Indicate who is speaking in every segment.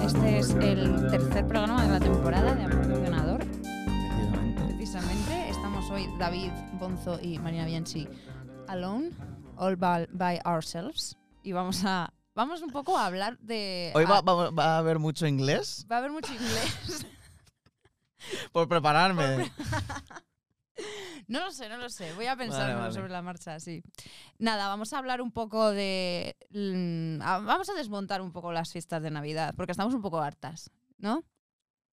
Speaker 1: Pues este es el tercer programa de la temporada de Aficionador.
Speaker 2: Efectivamente.
Speaker 1: Precisamente estamos hoy David Bonzo y Marina Bianchi alone, all by, by ourselves. Y vamos a vamos un poco a hablar de.
Speaker 2: Hoy va,
Speaker 1: a-
Speaker 2: va- va a haber mucho inglés
Speaker 1: va a haber mucho inglés.
Speaker 2: por prepararme.
Speaker 1: No lo sé, no lo sé. Voy a pensármelo
Speaker 2: vale.
Speaker 1: sobre la marcha, sí. Nada, vamos a hablar un poco de. mm, a- Vamos a desmontar un poco las fiestas de Navidad, porque estamos un poco hartas, ¿no?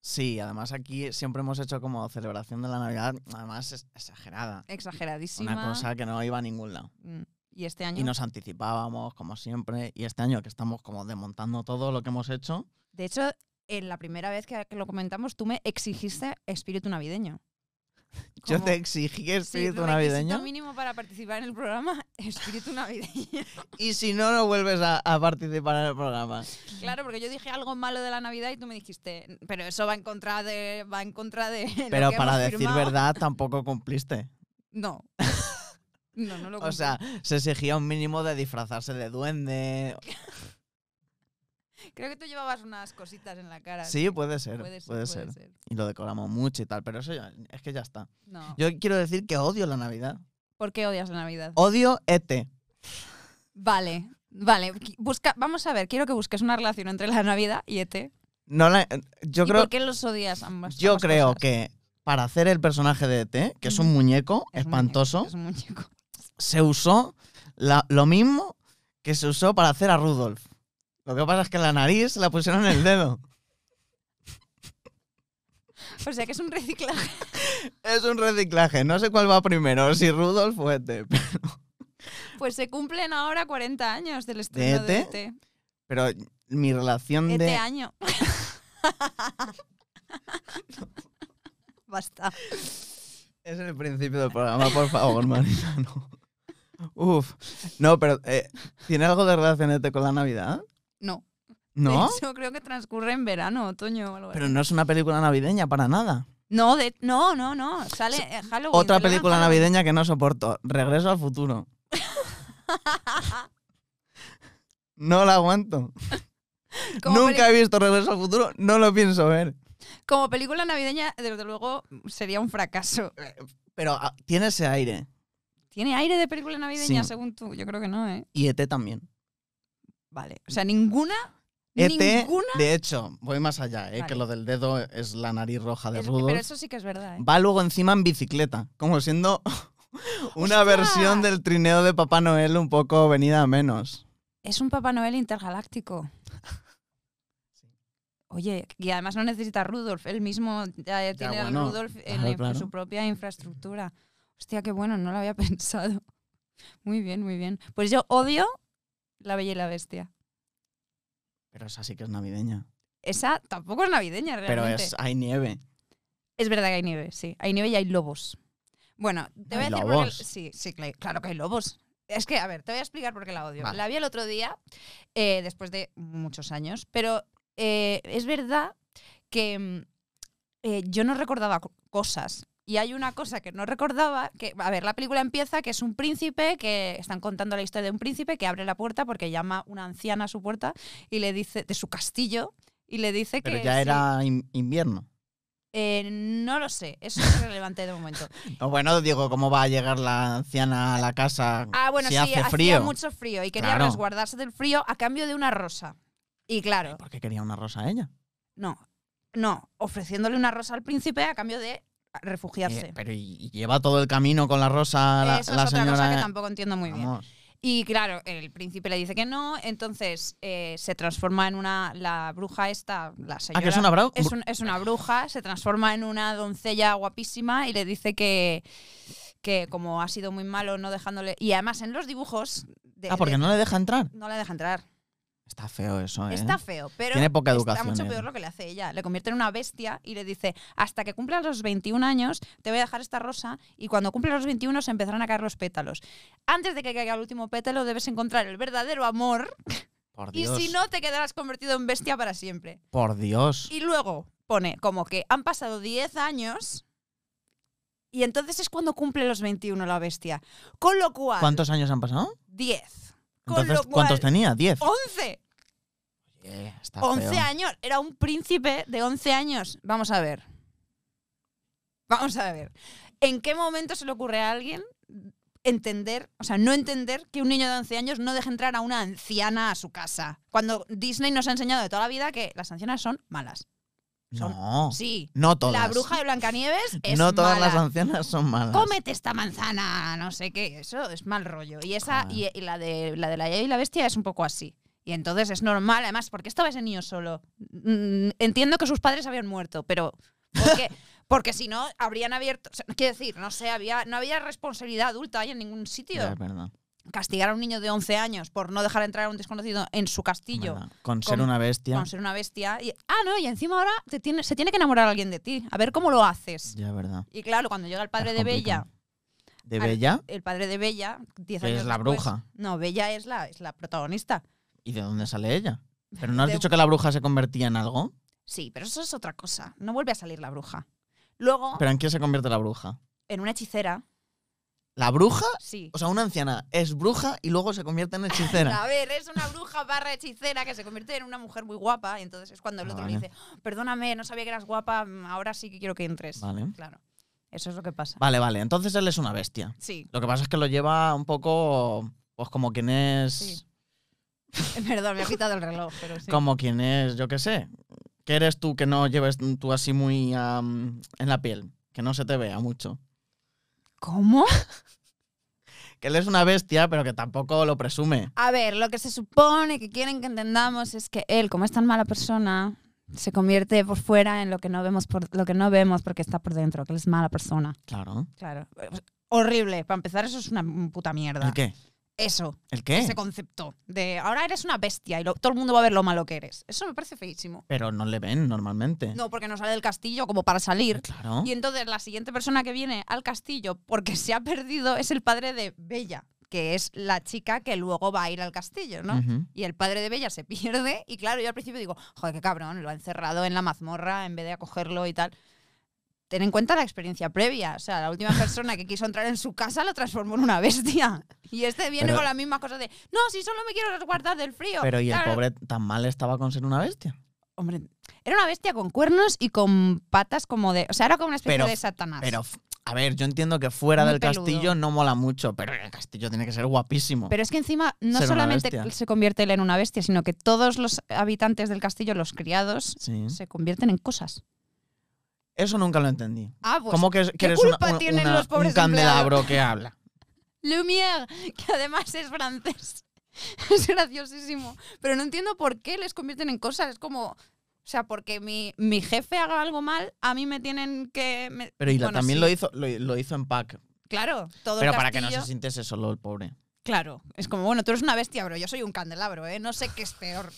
Speaker 2: Sí, además aquí siempre hemos hecho como celebración de la Navidad, además es exagerada.
Speaker 1: Exageradísima.
Speaker 2: Una cosa que no iba a ningún lado.
Speaker 1: Mm, Y este año.
Speaker 2: Y nos anticipábamos, como siempre, y este año que estamos como desmontando todo lo que hemos hecho.
Speaker 1: De hecho, en la primera vez que que lo comentamos, tú me exigiste espíritu navideño.
Speaker 2: Yo
Speaker 1: Como-
Speaker 2: te exigí
Speaker 1: Sí,
Speaker 2: espíritu
Speaker 1: requisito
Speaker 2: navideño
Speaker 1: mínimo para participar en el programa, espíritu navideño.
Speaker 2: y si no, no vuelves a, a participar en el programa.
Speaker 1: Claro, porque yo dije algo malo de la Navidad y tú me dijiste, pero eso va en contra de, va en contra de. lo
Speaker 2: Pero
Speaker 1: que
Speaker 2: para
Speaker 1: hemos
Speaker 2: decir
Speaker 1: firmado".
Speaker 2: verdad, tampoco cumpliste.
Speaker 1: No. No, no lo
Speaker 2: O
Speaker 1: cumplí.
Speaker 2: sea, se exigía un mínimo de disfrazarse de duende.
Speaker 1: creo que tú llevabas unas cositas en la cara.
Speaker 2: Sí, puede ser,
Speaker 1: puede
Speaker 2: puede
Speaker 1: ser.
Speaker 2: ser.
Speaker 1: puede ser.
Speaker 2: Y lo decoramos mucho y tal, pero eso ya- es que ya está.
Speaker 1: No.
Speaker 2: Yo Oh. quiero decir que odio la Navidad.
Speaker 1: ¿Por qué odias la Navidad?
Speaker 2: Odio E ET.
Speaker 1: Vale, vale. qui- Busca, vamos a ver, quiero que busques una relación entre la Navidad y E ET.
Speaker 2: No la- yo
Speaker 1: ¿Y
Speaker 2: creo,
Speaker 1: ¿Por qué los odias ambas?
Speaker 2: yo
Speaker 1: ambas
Speaker 2: creo
Speaker 1: cosas?
Speaker 2: que para hacer el personaje de ET, que es un
Speaker 1: Ujú.
Speaker 2: muñeco
Speaker 1: Es un
Speaker 2: espantoso,
Speaker 1: muñeco, Es un muñeco.
Speaker 2: se usó la- lo mismo que se usó para hacer a Rudolf. Lo que pasa es que la nariz la pusieron en el dedo.
Speaker 1: O sea Pues que es un reciclaje.
Speaker 2: es un reciclaje. No sé cuál va primero, si Rudolf o E ET.
Speaker 1: Pues se cumplen ahora 40 años del
Speaker 2: ¿De
Speaker 1: estreno de E ET.
Speaker 2: ET? Pero mi relación
Speaker 1: ET
Speaker 2: de...
Speaker 1: año. Basta.
Speaker 2: Es el principio del programa, por favor, Marina, no. Uf. No, pero eh, ¿tiene algo de relación ET con la Navidad?
Speaker 1: No.
Speaker 2: No.
Speaker 1: De hecho, creo que transcurre en verano, otoño o algo así.
Speaker 2: Pero no es una película navideña para nada.
Speaker 1: No, de, no, no, no. Sale en Halloween.
Speaker 2: Otra
Speaker 1: se lo
Speaker 2: película
Speaker 1: lanzan.
Speaker 2: navideña que no soporto. Regreso al futuro. No la aguanto.
Speaker 1: Como,
Speaker 2: Nunca he visto Regreso al futuro, no lo pienso ver.
Speaker 1: peli- como película navideña, desde luego, sería un fracaso.
Speaker 2: Pero ah, tiene ese aire.
Speaker 1: ¿Tiene aire de película navideña,
Speaker 2: Sí.
Speaker 1: según tú? Yo creo que no, ¿eh?
Speaker 2: Y ET también.
Speaker 1: Vale. O sea, ninguna.
Speaker 2: ET,
Speaker 1: Ninguna.
Speaker 2: de hecho, voy más allá, eh,
Speaker 1: Vale.
Speaker 2: que lo del dedo es la nariz roja de
Speaker 1: Es-
Speaker 2: Rudolf.
Speaker 1: pero eso sí que es verdad, ¿eh?
Speaker 2: va luego encima en bicicleta, como siendo una
Speaker 1: ¡Ostras!
Speaker 2: versión del trineo de Papá Noel un poco venida a menos.
Speaker 1: Es un Papá Noel intergaláctico. Oye, y además no necesita Rudolf, él mismo ya, tiene a
Speaker 2: bueno,
Speaker 1: Rudolf en,
Speaker 2: claro,
Speaker 1: la- en
Speaker 2: claro.
Speaker 1: su propia infraestructura. Hostia, qué bueno, no lo había pensado. Muy bien, muy bien. Pues yo odio La Bella y la Bestia.
Speaker 2: Pero esa sí que es navideña.
Speaker 1: Esa tampoco es navideña realmente.
Speaker 2: Pero es, hay nieve.
Speaker 1: Es verdad que hay nieve, sí. Hay nieve y hay lobos. Bueno, te voy
Speaker 2: ¿Hay
Speaker 1: a decir por qué-
Speaker 2: lobos?
Speaker 1: Sí, sí, cla- claro que hay lobos. Es que, a ver, te voy a explicar por qué la odio.
Speaker 2: Vale.
Speaker 1: La vi el otro día, eh, después de muchos años, pero eh, es verdad que mm, eh, yo no recordaba co- cosas. Y hay una cosa que no recordaba, que, a ver, la película empieza que es un príncipe, que están contando la historia de un príncipe que abre la puerta porque llama una anciana a su puerta y le dice, de su castillo, y le dice
Speaker 2: Pero
Speaker 1: que...
Speaker 2: ya
Speaker 1: sí.
Speaker 2: era in- invierno.
Speaker 1: Eh, no lo sé, eso es irrelevante de momento.
Speaker 2: O bueno, digo, ¿cómo va a llegar la anciana a la casa
Speaker 1: Ah, bueno,
Speaker 2: si
Speaker 1: sí,
Speaker 2: hace
Speaker 1: hacía
Speaker 2: frío?
Speaker 1: mucho frío y quería
Speaker 2: Claro.
Speaker 1: resguardarse del frío a cambio de una rosa. Y claro,
Speaker 2: ¿Por qué quería una rosa a ella?
Speaker 1: no, no, ofreciéndole una rosa al príncipe a cambio de refugiarse.
Speaker 2: Eh, pero y, y lleva todo el camino con la rosa la,
Speaker 1: eso
Speaker 2: la
Speaker 1: es otra
Speaker 2: señora. eh.
Speaker 1: cosa que tampoco entiendo muy bien.
Speaker 2: Vamos.
Speaker 1: Y claro, el príncipe le dice que no, entonces eh, se transforma en una, la bruja esta, la
Speaker 2: Ah,
Speaker 1: señora.
Speaker 2: que es una bravo.
Speaker 1: es, un- es una bruja, se transforma en una doncella guapísima y le dice que, que como ha sido muy malo no dejándole... Y además en los dibujos... de-
Speaker 2: Ah, porque
Speaker 1: de-
Speaker 2: no le deja entrar.
Speaker 1: no la deja entrar.
Speaker 2: Está feo eso, ¿eh?
Speaker 1: Está feo, pero
Speaker 2: Tiene poca
Speaker 1: está
Speaker 2: educación.
Speaker 1: mucho
Speaker 2: él.
Speaker 1: peor lo que le hace ella. Le convierte en una bestia y le dice, hasta que cumpla los 21 años, te voy a dejar esta rosa y cuando cumpla los 21 se empezarán a caer los pétalos. Antes de que caiga el último pétalo debes encontrar el verdadero amor
Speaker 2: Por
Speaker 1: y
Speaker 2: Dios.
Speaker 1: si no te quedarás convertido en bestia para siempre.
Speaker 2: Por Dios.
Speaker 1: Y luego pone como que han pasado 10 años y entonces es cuando cumple los 21 la bestia. Con lo cual,
Speaker 2: ¿Cuántos años han pasado?
Speaker 1: 10. Con
Speaker 2: Entonces,
Speaker 1: lo cual,
Speaker 2: ¿cuántos tenía? Diez.
Speaker 1: 11.
Speaker 3: qué?
Speaker 2: Ah,
Speaker 3: Está
Speaker 1: 11
Speaker 3: feo.
Speaker 1: años, era un príncipe de 11 años. Vamos a ver. Vamos a ver. ¿En qué momento se le ocurre a alguien entender, o sea, no entender que un niño de 11 años no deje entrar a una anciana a su casa? Cuando Disney nos ha enseñado de toda la vida que las ancianas son malas. Son-
Speaker 2: No,
Speaker 1: Sí.
Speaker 2: no todas.
Speaker 1: La bruja de Blancanieves es
Speaker 2: no todas
Speaker 1: mala.
Speaker 2: las ancianas son malas.
Speaker 1: Cómete esta manzana, no sé qué, eso es mal rollo. Y esa
Speaker 3: Ah.
Speaker 1: y, y la de la de la Bella y la bestia es un poco así. Y entonces es normal, además, porque estaba ese niño solo. Mm, entiendo que sus padres habían muerto, pero porque porque si no habrían abierto, o sea, quiero decir, no sé, había no había responsabilidad adulta ahí en ningún sitio.
Speaker 2: Ya, es verdad,
Speaker 1: Castigar a un niño de 11 años por no dejar entrar a un desconocido en su
Speaker 2: es
Speaker 1: castillo.
Speaker 2: verdad. Con ser
Speaker 1: Con-
Speaker 2: una bestia.
Speaker 1: Con ser una bestia. y- ah, no, y encima ahora te tiene- se tiene que enamorar alguien de ti. A ver cómo lo haces.
Speaker 2: Ya, es verdad.
Speaker 1: Y claro, cuando llega el padre
Speaker 2: Es
Speaker 1: de Bella,
Speaker 2: complicado. ¿De
Speaker 1: Al-
Speaker 2: Bella?
Speaker 1: el padre de Bella, 10
Speaker 2: Que
Speaker 1: años
Speaker 2: es la
Speaker 1: después.
Speaker 2: bruja.
Speaker 1: No, Bella es la, es la protagonista.
Speaker 2: ¿Y de dónde sale ella? ¿Pero no has
Speaker 1: De-
Speaker 2: dicho que la bruja se convertía en algo?
Speaker 1: Sí, pero eso es otra cosa. No vuelve a salir la bruja. Luego,
Speaker 2: ¿Pero en qué se convierte la bruja?
Speaker 1: en una hechicera,
Speaker 2: ¿La bruja?
Speaker 1: sí.
Speaker 2: O sea, una anciana es bruja y luego se convierte en hechicera.
Speaker 1: A ver, es una bruja barra hechicera que se convierte en una mujer muy guapa. Y entonces es cuando el
Speaker 2: Ah,
Speaker 1: otro le
Speaker 2: vale.
Speaker 1: dice, "Oh, perdóname, no sabía que eras guapa, mm, ahora sí que quiero que entres.
Speaker 2: Vale.
Speaker 1: Claro, eso es lo que pasa.
Speaker 2: Vale, vale. Entonces él es una bestia.
Speaker 1: Sí,
Speaker 2: Lo que pasa es que lo lleva un poco. Pues como quien es.
Speaker 1: Sí. perdón, me ha quitado el reloj, pero sí.
Speaker 2: Como quien es, yo qué sé. ¿Qué eres tú que no lleves tú así muy am, en la piel? Que no se te vea mucho.
Speaker 1: ¿Cómo?
Speaker 2: Que él es una bestia, pero que tampoco lo presume.
Speaker 1: A ver, lo que se supone que quieren que entendamos es que él, como es tan mala persona, se convierte por fuera en lo que no vemos por lo que no vemos porque está por dentro, que él es mala persona.
Speaker 2: Claro.
Speaker 1: Claro. Horrible. Para empezar, eso es una puta mierda.
Speaker 2: ¿El qué? ¿Eh?
Speaker 1: Eso,
Speaker 2: ¿El qué?
Speaker 1: ese concepto de ahora eres una bestia y lo- todo el mundo va a ver lo malo que eres. Eso me parece feísimo.
Speaker 2: Pero no le ven normalmente.
Speaker 1: No, porque no sale del castillo como para salir.
Speaker 2: Eh. Claro.
Speaker 1: Y entonces la siguiente persona que viene al castillo porque se ha perdido es el padre de Bella, que es la chica que luego va a ir al castillo, ¿no?
Speaker 2: Ujú.
Speaker 1: Y el padre de Bella se pierde. Y claro, yo al principio digo, joder, qué cabrón, lo ha encerrado en la mazmorra en vez de acogerlo y tal. Ten en cuenta la experiencia previa. O sea, la última persona que quiso entrar en su casa lo transformó en una bestia. Y este viene
Speaker 2: Pero-
Speaker 1: con la misma cosa de, no, si solo me quiero resguardar del frío.
Speaker 2: Pero ¿y el
Speaker 1: Claro.
Speaker 2: pobre tan mal estaba con ser una bestia?
Speaker 1: Hombre, era una bestia con cuernos y con patas como de. O sea, era como una especie
Speaker 2: Pero-
Speaker 1: de Satanás.
Speaker 2: Pero, f- a ver, yo entiendo que fuera
Speaker 1: Ah, Muy
Speaker 2: del
Speaker 1: peludo.
Speaker 2: castillo no mola mucho, pero el castillo tiene que ser guapísimo.
Speaker 1: Pero es que encima no
Speaker 2: Ser una
Speaker 1: solamente
Speaker 2: bestia.
Speaker 1: se convierte él en una bestia, sino que todos los habitantes del castillo, los criados,
Speaker 2: Sí.
Speaker 1: se convierten en cosas.
Speaker 2: Eso nunca lo entendí.
Speaker 1: Ah, pues
Speaker 2: ¿Cómo que, que
Speaker 1: ¿qué
Speaker 2: eres una-
Speaker 1: culpa
Speaker 2: un-
Speaker 1: tienen
Speaker 2: una-
Speaker 1: los pobres
Speaker 2: un candelabro que habla?
Speaker 1: Lumière, que además es francés. Es graciosísimo. Pero no entiendo por qué les convierten en cosas. Es como. O sea, porque mi, mi jefe haga algo mal, a mí me tienen que. me-
Speaker 2: Pero y la-
Speaker 1: Bueno,
Speaker 2: también
Speaker 1: sí,
Speaker 2: lo, hizo, lo, lo hizo en pack.
Speaker 1: Claro, todo
Speaker 2: Pero
Speaker 1: el
Speaker 2: para que no
Speaker 1: castillo-
Speaker 2: se sintiese solo el pobre.
Speaker 1: Claro, es como, bueno, tú eres una bestia, bro. Yo soy un candelabro, ¿eh? No sé qué es peor.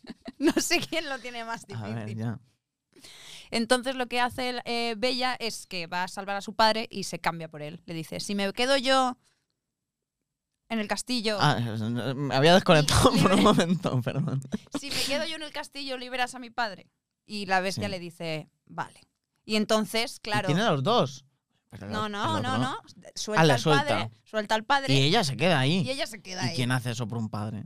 Speaker 1: no sé quién lo tiene más
Speaker 2: A
Speaker 1: difícil.
Speaker 2: ver, ya.
Speaker 1: Entonces lo que hace el, eh, Bella es que va a salvar a su padre y se cambia por él. Le dice, si me quedo yo en el castillo,
Speaker 2: Ah, eh, me había desconectado
Speaker 1: Li-
Speaker 2: por un
Speaker 1: libre.
Speaker 2: momento, perdón.
Speaker 1: si me quedo yo en el castillo, liberas a mi padre. Y la bestia
Speaker 2: Sí.
Speaker 1: le dice, vale. Y entonces,
Speaker 2: Y Ah,
Speaker 1: claro.
Speaker 2: tiene a los dos. Pero
Speaker 1: No,
Speaker 2: el
Speaker 1: no, no,
Speaker 2: otro-
Speaker 1: no. Suelta
Speaker 2: Ah, la
Speaker 1: al padre, suelta al
Speaker 2: Y
Speaker 1: padre
Speaker 2: ella se queda
Speaker 1: y
Speaker 2: ahí.
Speaker 1: ella se queda
Speaker 2: ¿Y
Speaker 1: ahí.
Speaker 2: quién hace eso por un padre?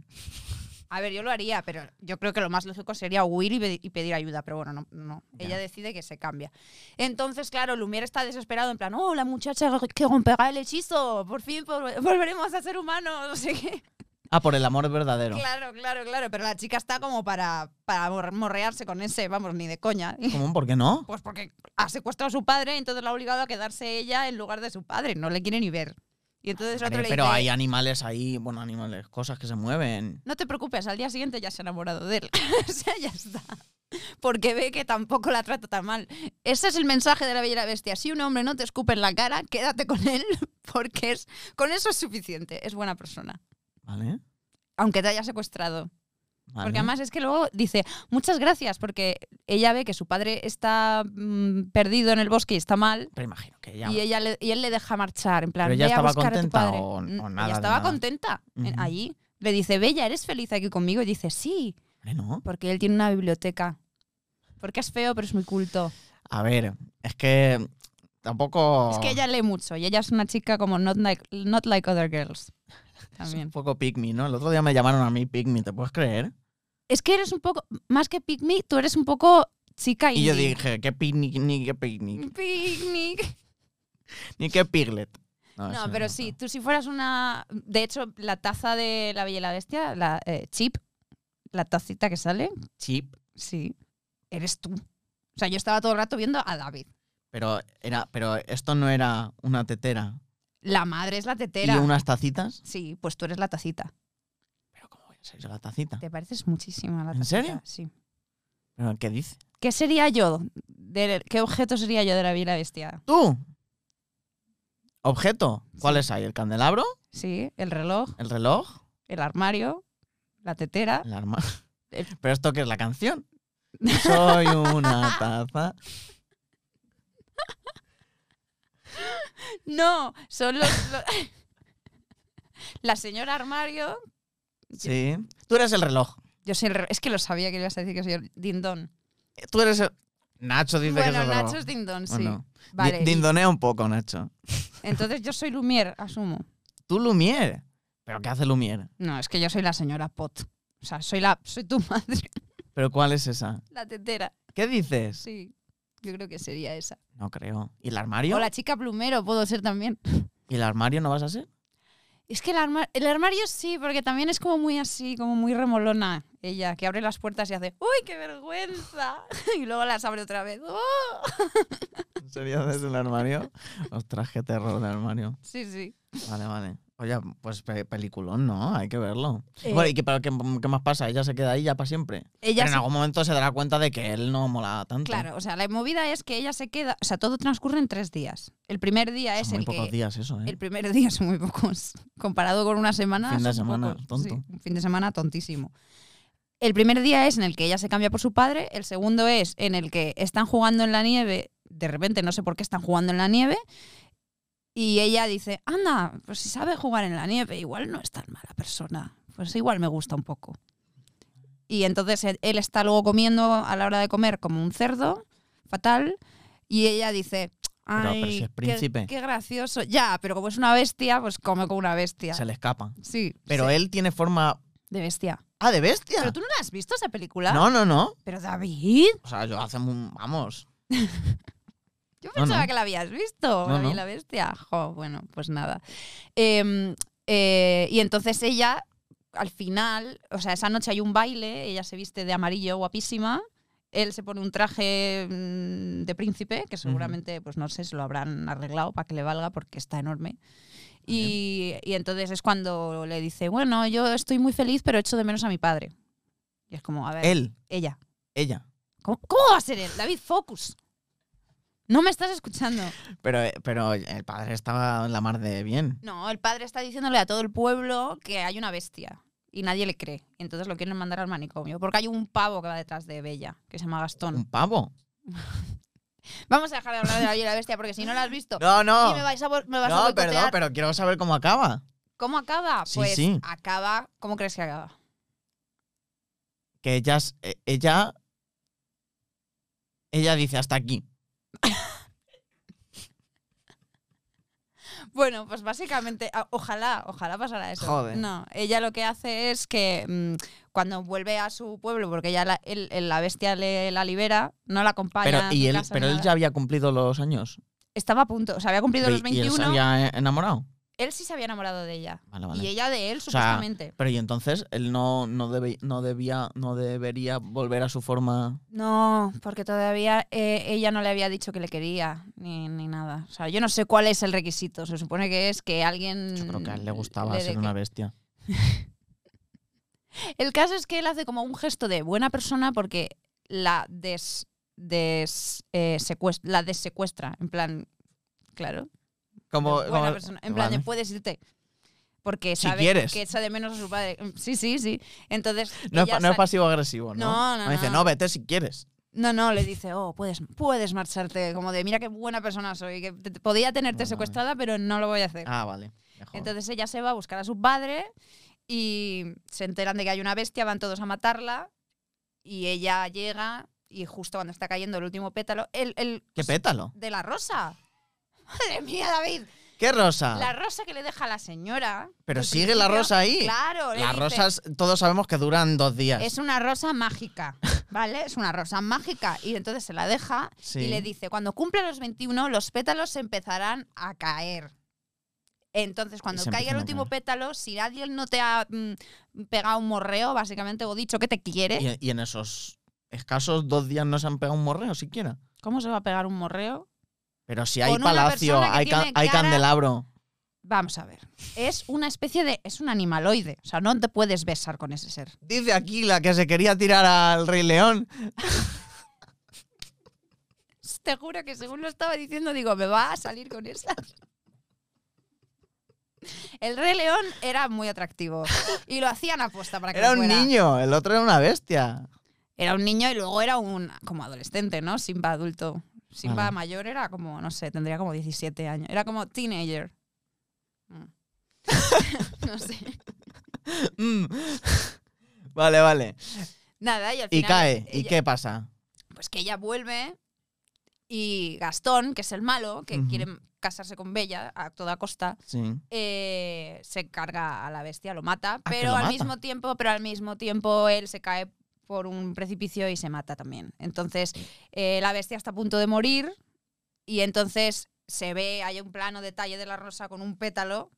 Speaker 1: A ver, yo lo haría, pero yo creo que lo más lógico sería huir y, pe- y pedir ayuda, pero bueno, no. no.
Speaker 2: Ya.
Speaker 1: Ella decide que se cambia. Entonces, claro, Lumière está desesperado, en plan, oh, la muchacha que romperá el hechizo, por fin vol- volveremos a ser humanos, no sé qué.
Speaker 2: Ah, por el amor verdadero.
Speaker 1: Claro, claro, claro, pero la chica está como para, para mor- morrearse con ese, vamos, ni de coña.
Speaker 2: ¿Cómo? ¿Por qué no?
Speaker 1: Pues porque ha secuestrado a su padre, entonces la ha obligado a quedarse ella en lugar de su padre, no le quiere ni ver. Y entonces el otro
Speaker 2: Hombre,
Speaker 1: le eh.
Speaker 2: pero
Speaker 1: dice,
Speaker 2: hay animales ahí, bueno, animales, cosas que se mueven.
Speaker 1: No te preocupes, al día siguiente ya se ha enamorado de él. o sea, ya está. Porque ve que tampoco la trata tan mal. Ese es el mensaje de la Bella y la Bestia. Si un hombre no te escupe en la cara, quédate con él, porque es, con eso es suficiente. Es buena persona.
Speaker 2: ¿Vale?
Speaker 1: Aunque te haya secuestrado.
Speaker 2: vale.
Speaker 1: Porque además es que luego dice, muchas gracias, porque ella ve que su padre está mm, perdido en el bosque y está mal.
Speaker 2: Pero imagino que ya.
Speaker 1: Y, ella le- y él le deja marchar, en plan,
Speaker 2: Pero ella
Speaker 1: "Ve a
Speaker 2: estaba
Speaker 1: buscar a tu
Speaker 2: contenta
Speaker 1: padre".
Speaker 2: o- o
Speaker 1: Mm,
Speaker 2: nada de
Speaker 1: Ella estaba
Speaker 2: nada.
Speaker 1: contenta en-
Speaker 2: Ujú.
Speaker 1: allí. Le dice, Bella, ¿eres feliz aquí conmigo? Y dice, sí.
Speaker 2: Hombre, no.
Speaker 1: Porque él tiene una biblioteca. Porque es feo, pero es muy culto.
Speaker 2: A ver, es que tampoco.
Speaker 1: Es que ella lee mucho y ella es una chica como not like, not like other girls.
Speaker 2: Es un
Speaker 1: También.
Speaker 2: poco pick me, ¿no? El otro día me llamaron a mí pick me, ¿te puedes creer?
Speaker 1: es que eres un poco, más que pick me, tú eres un poco chica
Speaker 2: Y yo
Speaker 1: indie.
Speaker 2: dije, qué picnic, ni qué picnic,
Speaker 1: Picnic.
Speaker 2: ni qué piglet. eso
Speaker 1: No, pero sí, tú si fueras una. De hecho, la taza de La Bella y la Bestia, la eh, chip, la tacita que sale,
Speaker 2: Chip,
Speaker 1: sí, eres tú. O sea, yo estaba todo el rato viendo a David.
Speaker 2: pero, era, pero esto no era una tetera.
Speaker 1: La madre es la tetera.
Speaker 2: ¿Y unas tacitas?
Speaker 1: Sí, pues tú eres la tacita.
Speaker 2: ¿Pero cómo voy a ser yo la tacita?
Speaker 1: Te pareces muchísimo a la
Speaker 2: ¿En
Speaker 1: tacita.
Speaker 2: serio?
Speaker 1: Sí.
Speaker 2: ¿Pero qué dice?
Speaker 1: ¿Qué sería yo? de- ¿Qué objeto sería yo de La Bella y la Bestia?
Speaker 2: ¡Tú! ¿Objeto? ¿Cuáles hay? ¿El candelabro?
Speaker 1: Sí, el reloj,
Speaker 2: ¿El reloj?
Speaker 1: el armario, la tetera.
Speaker 2: El arma.
Speaker 1: El-
Speaker 2: Pero esto qué es la canción. Soy una taza.
Speaker 1: No, son los. los- la señora armario.
Speaker 2: Sí. Tú eres el reloj.
Speaker 1: Yo soy el re- Es que lo sabía que ibas a decir que soy el dindón.
Speaker 2: Tú eres el. Nacho dice que
Speaker 1: Bueno,
Speaker 2: es el reloj.
Speaker 1: Nacho es dindón, sí.
Speaker 2: Bueno,
Speaker 1: Vale.
Speaker 2: di- Dindonea un poco, Nacho.
Speaker 1: y- Entonces yo soy Lumier, asumo.
Speaker 2: Tú Lumier. ¿Pero qué hace Lumier?
Speaker 1: No, es que yo soy la señora Pot. O sea, soy la soy tu madre,
Speaker 2: ¿Pero cuál es esa?
Speaker 1: la tetera.
Speaker 2: ¿Qué dices?
Speaker 1: Sí. Yo creo que sería esa.
Speaker 2: No creo. ¿Y el armario?
Speaker 1: O la chica plumero puedo ser también.
Speaker 2: ¿Y el armario no vas a ser?
Speaker 1: Es que el, arma- el armario sí, porque también es como muy así, como muy remolona ella, que abre las puertas y hace ¡Uy, qué vergüenza! Y luego las abre otra vez. ¡Oh!
Speaker 2: ¿Sería desde el armario? Ostras, qué terror del armario.
Speaker 1: Sí, sí.
Speaker 2: Vale, vale. Oye, pues pe- peliculón, ¿no? Hay que verlo.
Speaker 1: Eh,
Speaker 2: Bueno, ¿y qué, pero qué- qué más pasa? ¿Ella se queda ahí ya para siempre?
Speaker 1: Ella
Speaker 2: pero en
Speaker 1: se-
Speaker 2: algún momento se dará cuenta de que él no mola tanto.
Speaker 1: Claro, o sea, la movida es que ella se queda, o sea, todo transcurre en tres días. El primer día
Speaker 2: Son
Speaker 1: es
Speaker 2: muy
Speaker 1: el
Speaker 2: pocos
Speaker 1: que
Speaker 2: días eso, ¿eh?
Speaker 1: el primer día son muy pocos comparado con una semana.
Speaker 2: Fin de
Speaker 1: son
Speaker 2: semana,
Speaker 1: pocos.
Speaker 2: tonto.
Speaker 1: Sí, un fin de semana tontísimo. El primer día es en el que ella se cambia por su padre, el segundo es en el que están jugando en la nieve, de repente no sé por qué están jugando en la nieve. Y ella dice, anda, pues si sabe jugar en la nieve, igual no es tan mala persona. Pues igual me gusta un poco. Y entonces e-, él él está luego comiendo a la hora de comer como un cerdo, fatal, y ella dice,
Speaker 2: Pero-
Speaker 1: ay,
Speaker 2: pero si es
Speaker 1: qué-
Speaker 2: príncipe".
Speaker 1: Qué, gracioso. Ya, pero como es una bestia, pues come como una bestia.
Speaker 2: Se le escapa.
Speaker 1: Sí,
Speaker 2: Pero
Speaker 1: sí,
Speaker 2: él tiene forma.
Speaker 1: de bestia.
Speaker 2: ¡Ah, de bestia!
Speaker 1: Pero tú no la has visto esa película.
Speaker 2: No, no, no.
Speaker 1: Pero David,
Speaker 2: O sea, yo hace un. Vamos.
Speaker 1: yo
Speaker 2: No,
Speaker 1: pensaba
Speaker 2: no.
Speaker 1: que la habías visto,
Speaker 2: No,
Speaker 1: la, vi
Speaker 2: no.
Speaker 1: la bestia. Jo, bueno, pues nada. Em, eh, y entonces ella, al final, o sea, esa noche hay un baile, ella se viste de amarillo guapísima. Él se pone un traje mm, de príncipe, que seguramente, pues no sé, se lo habrán arreglado para que le valga porque está enorme. Y, y entonces es cuando le dice, bueno, yo estoy muy feliz, pero echo de menos a mi padre. Y es como, a ver,
Speaker 2: Él,
Speaker 1: ella.
Speaker 2: ella.
Speaker 1: ¿Cómo, cómo va a ser él? David, focus. No me estás escuchando.
Speaker 2: Pero, eh, pero el padre estaba en la mar de bien.
Speaker 1: No, el padre está diciéndole a todo el pueblo que hay una bestia y nadie le cree. Y entonces lo quieren mandar al manicomio porque hay un pavo que va detrás de Bella, que se llama Gastón.
Speaker 2: Un pavo.
Speaker 1: Vamos a dejar de hablar de la Bella y la bestia porque si no la has visto
Speaker 2: No, no.
Speaker 1: y me vais a boi- me vas a
Speaker 2: No,
Speaker 1: boicotear.
Speaker 2: perdón, pero quiero saber cómo acaba.
Speaker 1: ¿Cómo acaba?
Speaker 2: Sí,
Speaker 1: Pues
Speaker 2: sí.
Speaker 1: acaba, ¿cómo crees que acaba?
Speaker 2: Que ella. es- eh, Ella. Ella dice hasta aquí.
Speaker 1: Bueno, pues básicamente, a- ojalá, ojalá pasara eso.
Speaker 2: Joder.
Speaker 1: No, ella lo que hace es que mm, cuando vuelve a su pueblo, porque ya la, él- él- la bestia le, la libera, no la acompaña.
Speaker 2: Pero,
Speaker 1: a
Speaker 2: y
Speaker 1: su
Speaker 2: él,
Speaker 1: casa ni
Speaker 2: pero él
Speaker 1: nada.
Speaker 2: ya había cumplido los años.
Speaker 1: Estaba a punto, o sea, había cumplido los
Speaker 2: ¿Y- ¿Y él
Speaker 1: 21.
Speaker 2: se
Speaker 1: Él,
Speaker 2: había eh, enamorado?
Speaker 1: sí se había enamorado de ella.
Speaker 2: Vale, vale.
Speaker 1: Y ella de él,
Speaker 2: sea,
Speaker 1: supuestamente.
Speaker 2: Pero y entonces él no, no, debe- no debía, no debería volver a su forma.
Speaker 1: No, porque todavía eh, ella no le había dicho que le quería, ni, ni nada. O sea, yo no sé cuál es el requisito. Se supone que es que alguien.
Speaker 2: Yo creo que a él le gustaba
Speaker 1: le
Speaker 2: ser
Speaker 1: Mm, de-
Speaker 2: una bestia.
Speaker 1: El caso es que él hace como un gesto de buena persona porque la des, des- eh, secuest- la desecuestra. En plan, claro.
Speaker 2: Como,
Speaker 1: buena
Speaker 2: como-
Speaker 1: persona. En plan, de
Speaker 2: vale.
Speaker 1: puedes irte. Porque
Speaker 2: Si
Speaker 1: sabe
Speaker 2: quieres.
Speaker 1: que echa de menos a su padre. Sí, sí, sí. Entonces.
Speaker 2: no, es
Speaker 1: ella
Speaker 2: pa- no es
Speaker 1: sa-
Speaker 2: pasivo agresivo, ¿no?
Speaker 1: No, no,
Speaker 2: Me dice,
Speaker 1: no.
Speaker 2: no, vete si quieres.
Speaker 1: no, no, le dice, oh, puedes, puedes marcharte. Como de, mira qué buena persona soy. Que te- te- podía tenerte
Speaker 2: Vale, vale.
Speaker 1: secuestrada, pero no lo voy a hacer.
Speaker 2: Ah, vale. mejor.
Speaker 1: Entonces ella se va a buscar a su padre y se enteran de que hay una bestia, van todos a matarla y ella llega y justo cuando pues, está cayendo el último pétalo, el, el
Speaker 2: ¿Qué pétalo?
Speaker 1: de la rosa. Madre mía, David,
Speaker 2: ¿Qué rosa?
Speaker 1: La rosa que le deja a la señora.
Speaker 2: Ah. Pero
Speaker 1: al
Speaker 2: sigue la
Speaker 1: principio,
Speaker 2: rosa ahí.
Speaker 1: Claro, le
Speaker 2: Las
Speaker 1: dice,
Speaker 2: rosas todos sabemos que duran dos días.
Speaker 1: Es una rosa mágica, ¿vale? Es una rosa mágica. Y entonces se la deja
Speaker 2: Sí.
Speaker 1: y le dice, cuando cumpla los 21, los pétalos empezarán a caer. Entonces, cuando
Speaker 2: se
Speaker 1: caiga el
Speaker 2: empiezan a
Speaker 1: último
Speaker 2: caer.
Speaker 1: pétalo, si nadie no te ha mm, pegado un morreo, básicamente, o dicho que te quiere,
Speaker 2: Y, y en esos escasos dos días no se han pegado un morreo siquiera.
Speaker 1: ¿cómo se va a pegar un morreo?
Speaker 2: Pero si hay
Speaker 1: Con una
Speaker 2: palacio,
Speaker 1: persona que
Speaker 2: hay, ca-
Speaker 1: tiene
Speaker 2: hay
Speaker 1: cara-
Speaker 2: candelabro.
Speaker 1: Vamos a ver. Es una especie de. Es un animaloide. O sea, no te puedes besar con ese ser.
Speaker 2: Dice aquí la que se quería tirar al Rey León.
Speaker 1: Te juro que según lo estaba diciendo, digo, me va a salir con esa. El Rey León era muy atractivo. Y lo hacían apuesta para que
Speaker 2: Era
Speaker 1: lo
Speaker 2: un
Speaker 1: fuera.
Speaker 2: niño, el otro era una bestia.
Speaker 1: Era un niño y luego era un. como adolescente, ¿no? Simba adulto. Simba
Speaker 2: Vale.
Speaker 1: mayor era como, no sé, tendría como 17 años. Era como teenager. Mm. no sé.
Speaker 2: Mm. Vale, vale.
Speaker 1: Nada, y al
Speaker 2: Y
Speaker 1: final.
Speaker 2: cae. ¿Y
Speaker 1: ella-
Speaker 2: qué pasa?
Speaker 1: pues que ella vuelve y Gastón, que es el malo, que
Speaker 2: Ujú.
Speaker 1: quiere casarse con Bella a toda costa,
Speaker 2: Sí.
Speaker 1: eh, se carga a la bestia, lo mata,
Speaker 2: Ah, que
Speaker 1: pero
Speaker 2: lo
Speaker 1: al
Speaker 2: mata.
Speaker 1: mismo tiempo, pero al mismo tiempo él se cae por un precipicio y se mata también. Entonces, eh, la bestia está a punto de morir y entonces se ve, hay un plano detalle de la rosa con un pétalo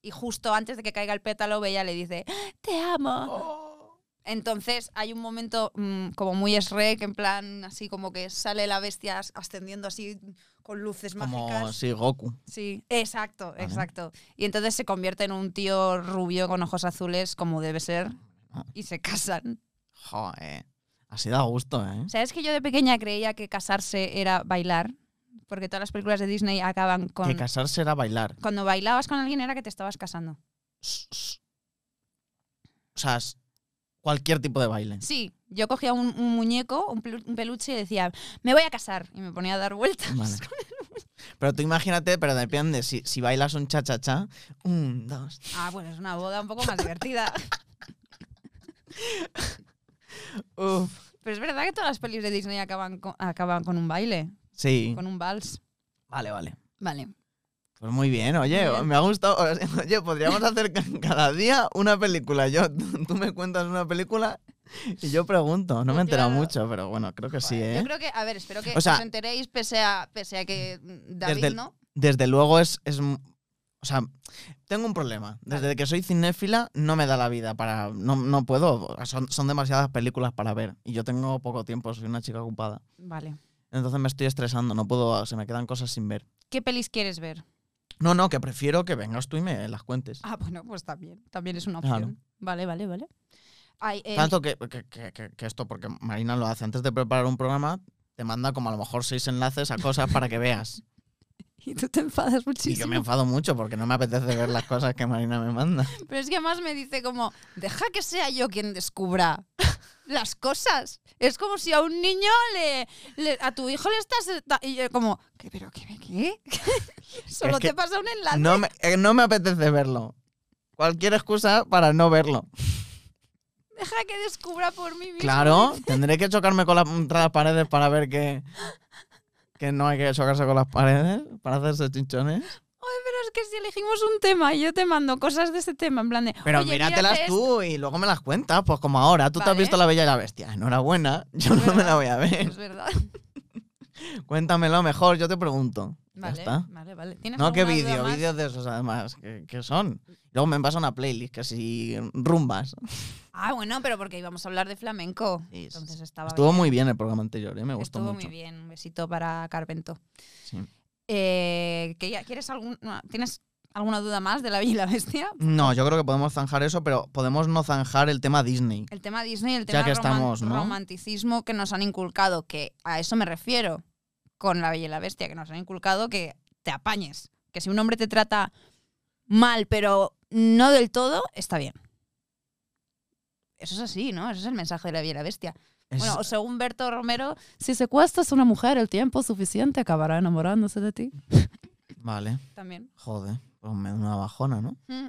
Speaker 1: y justo antes de que caiga el pétalo, Bella le dice, te amo.
Speaker 2: Oh.
Speaker 1: Oh, Entonces hay un momento mm, como muy Shrek, en plan así como que sale la bestia as- ascendiendo así con luces
Speaker 2: Como
Speaker 1: mágicas.
Speaker 2: si Goku.
Speaker 1: Sí, exacto, exacto. Y entonces se convierte en un tío rubio con ojos azules como debe ser
Speaker 2: Ah.
Speaker 1: y se casan.
Speaker 2: Joder. Así da gusto, ¿eh?
Speaker 1: ¿Sabes que yo de pequeña creía que casarse era bailar? Porque todas las películas de Disney acaban con...
Speaker 2: Que casarse era bailar.
Speaker 1: Cuando bailabas con alguien era que te estabas casando.
Speaker 2: S- s- O sea, s- cualquier tipo de baile.
Speaker 1: Sí, yo cogía un, un muñeco, un, pelu- un peluche y decía, me voy a casar. Y me ponía a dar vueltas.
Speaker 2: Vale. Pero tú imagínate, pero depende, si, si bailas un cha-cha-cha, un, dos.
Speaker 1: Ah, bueno, es una boda un poco más divertida.
Speaker 2: Uf.
Speaker 1: Pero es verdad que todas las pelis de Disney acaban con, acaban con un baile,
Speaker 2: Sí.
Speaker 1: con un vals.
Speaker 2: Vale, vale.
Speaker 1: Vale.
Speaker 2: Pues muy bien, oye,
Speaker 1: Muy bien.
Speaker 2: me ha gustado. Oye, podríamos hacer ca- cada día una película. Yo, tú tú me cuentas una película y yo pregunto. No me he enterado
Speaker 1: Claro.
Speaker 2: mucho, pero bueno, creo que sí,
Speaker 1: Yo
Speaker 2: ¿eh?
Speaker 1: creo que, a ver, espero que
Speaker 2: O sea-
Speaker 1: os enteréis pese a, pese a que mm, David,
Speaker 2: Desde el-
Speaker 1: ¿no?
Speaker 2: Desde luego es, es. m- O sea, tengo un problema. Desde que soy cinéfila no me da la vida para. No, no puedo. Son, son demasiadas películas para ver. Y yo tengo poco tiempo, soy una chica ocupada.
Speaker 1: Vale.
Speaker 2: Entonces me estoy estresando, no puedo. Se me quedan cosas sin ver.
Speaker 1: ¿Qué pelis quieres ver?
Speaker 2: No, no, que prefiero que vengas tú y me las cuentes.
Speaker 1: Ah, bueno, pues también. También es una opción.
Speaker 2: Claro.
Speaker 1: Vale, vale, vale. Ay, eh,
Speaker 2: Tanto que, que- que- que- que esto, porque Marina lo hace antes de preparar un programa, te manda como a lo mejor seis enlaces a cosas para que veas.
Speaker 1: Y tú te enfadas
Speaker 2: y
Speaker 1: muchísimo.
Speaker 2: yo me enfado mucho porque no me apetece ver las cosas que Marina me manda.
Speaker 1: Pero es que además me dice como, deja que sea yo quien descubra las cosas. Es como si a un niño le, le- a tu hijo le estás eh, ta- y yo como, ¿qué pero qué qué? Solo
Speaker 2: Es que
Speaker 1: te pasa un enlace.
Speaker 2: No me, eh, no me apetece verlo. Cualquier excusa para no verlo.
Speaker 1: Deja que descubra por mí mismo.
Speaker 2: Claro, tendré que chocarme con las- contra las paredes para ver que, que no hay que chocarse con las paredes para hacerse chinchones.
Speaker 1: Ay, pero es que si elegimos un tema y yo te mando cosas de ese tema en plan de,
Speaker 2: Pero
Speaker 1: "Oye,
Speaker 2: míratelas
Speaker 1: mírate
Speaker 2: tú y luego me las cuentas, pues como ahora. Tú te has
Speaker 1: Vale.
Speaker 2: visto La Bella y la Bestia. Enhorabuena, yo no me
Speaker 1: verdad.
Speaker 2: la voy a
Speaker 1: esto".
Speaker 2: ver.
Speaker 1: Es verdad.
Speaker 2: Cuéntamelo mejor, yo te pregunto.
Speaker 1: Vale,
Speaker 2: ya está.
Speaker 1: vale, vale. ¿Tienes
Speaker 2: No, qué
Speaker 1: alguna duda
Speaker 2: vídeo,
Speaker 1: más?
Speaker 2: vídeos de esos además, que, que son. Luego me pasa una playlist, que si rumbas.
Speaker 1: Ah, bueno, pero porque íbamos a hablar de flamenco.
Speaker 2: Sí, sí,
Speaker 1: Entonces
Speaker 2: sí.
Speaker 1: estaba
Speaker 2: Estuvo
Speaker 1: bien.
Speaker 2: muy bien el programa anterior, ¿eh? me gustó
Speaker 1: Estuvo
Speaker 2: mucho.
Speaker 1: muy bien. Un besito para Carpento.
Speaker 2: Sí.
Speaker 1: Eh, que ya- ¿quieres alguna, ¿Tienes alguna duda más de la Bella y la Bestia?
Speaker 2: No, yo creo que podemos zanjar eso, pero podemos no zanjar el tema Disney.
Speaker 1: El tema Disney, el
Speaker 2: Ya
Speaker 1: tema
Speaker 2: que
Speaker 1: roman-
Speaker 2: estamos, ¿no?
Speaker 1: romanticismo que nos han inculcado, que a eso me refiero con la Bella y la Bestia, que nos han inculcado que te apañes. Que si un hombre te trata mal, pero no del todo, está bien. Eso es así, ¿no? Eso es el mensaje de la Bella y la Bestia.
Speaker 2: Es-
Speaker 1: Bueno, según Berto Romero, si secuestras a una mujer el tiempo suficiente acabará enamorándose de ti.
Speaker 2: Vale,
Speaker 1: También.
Speaker 2: joder, pues me da una bajona, ¿no?
Speaker 1: Mm.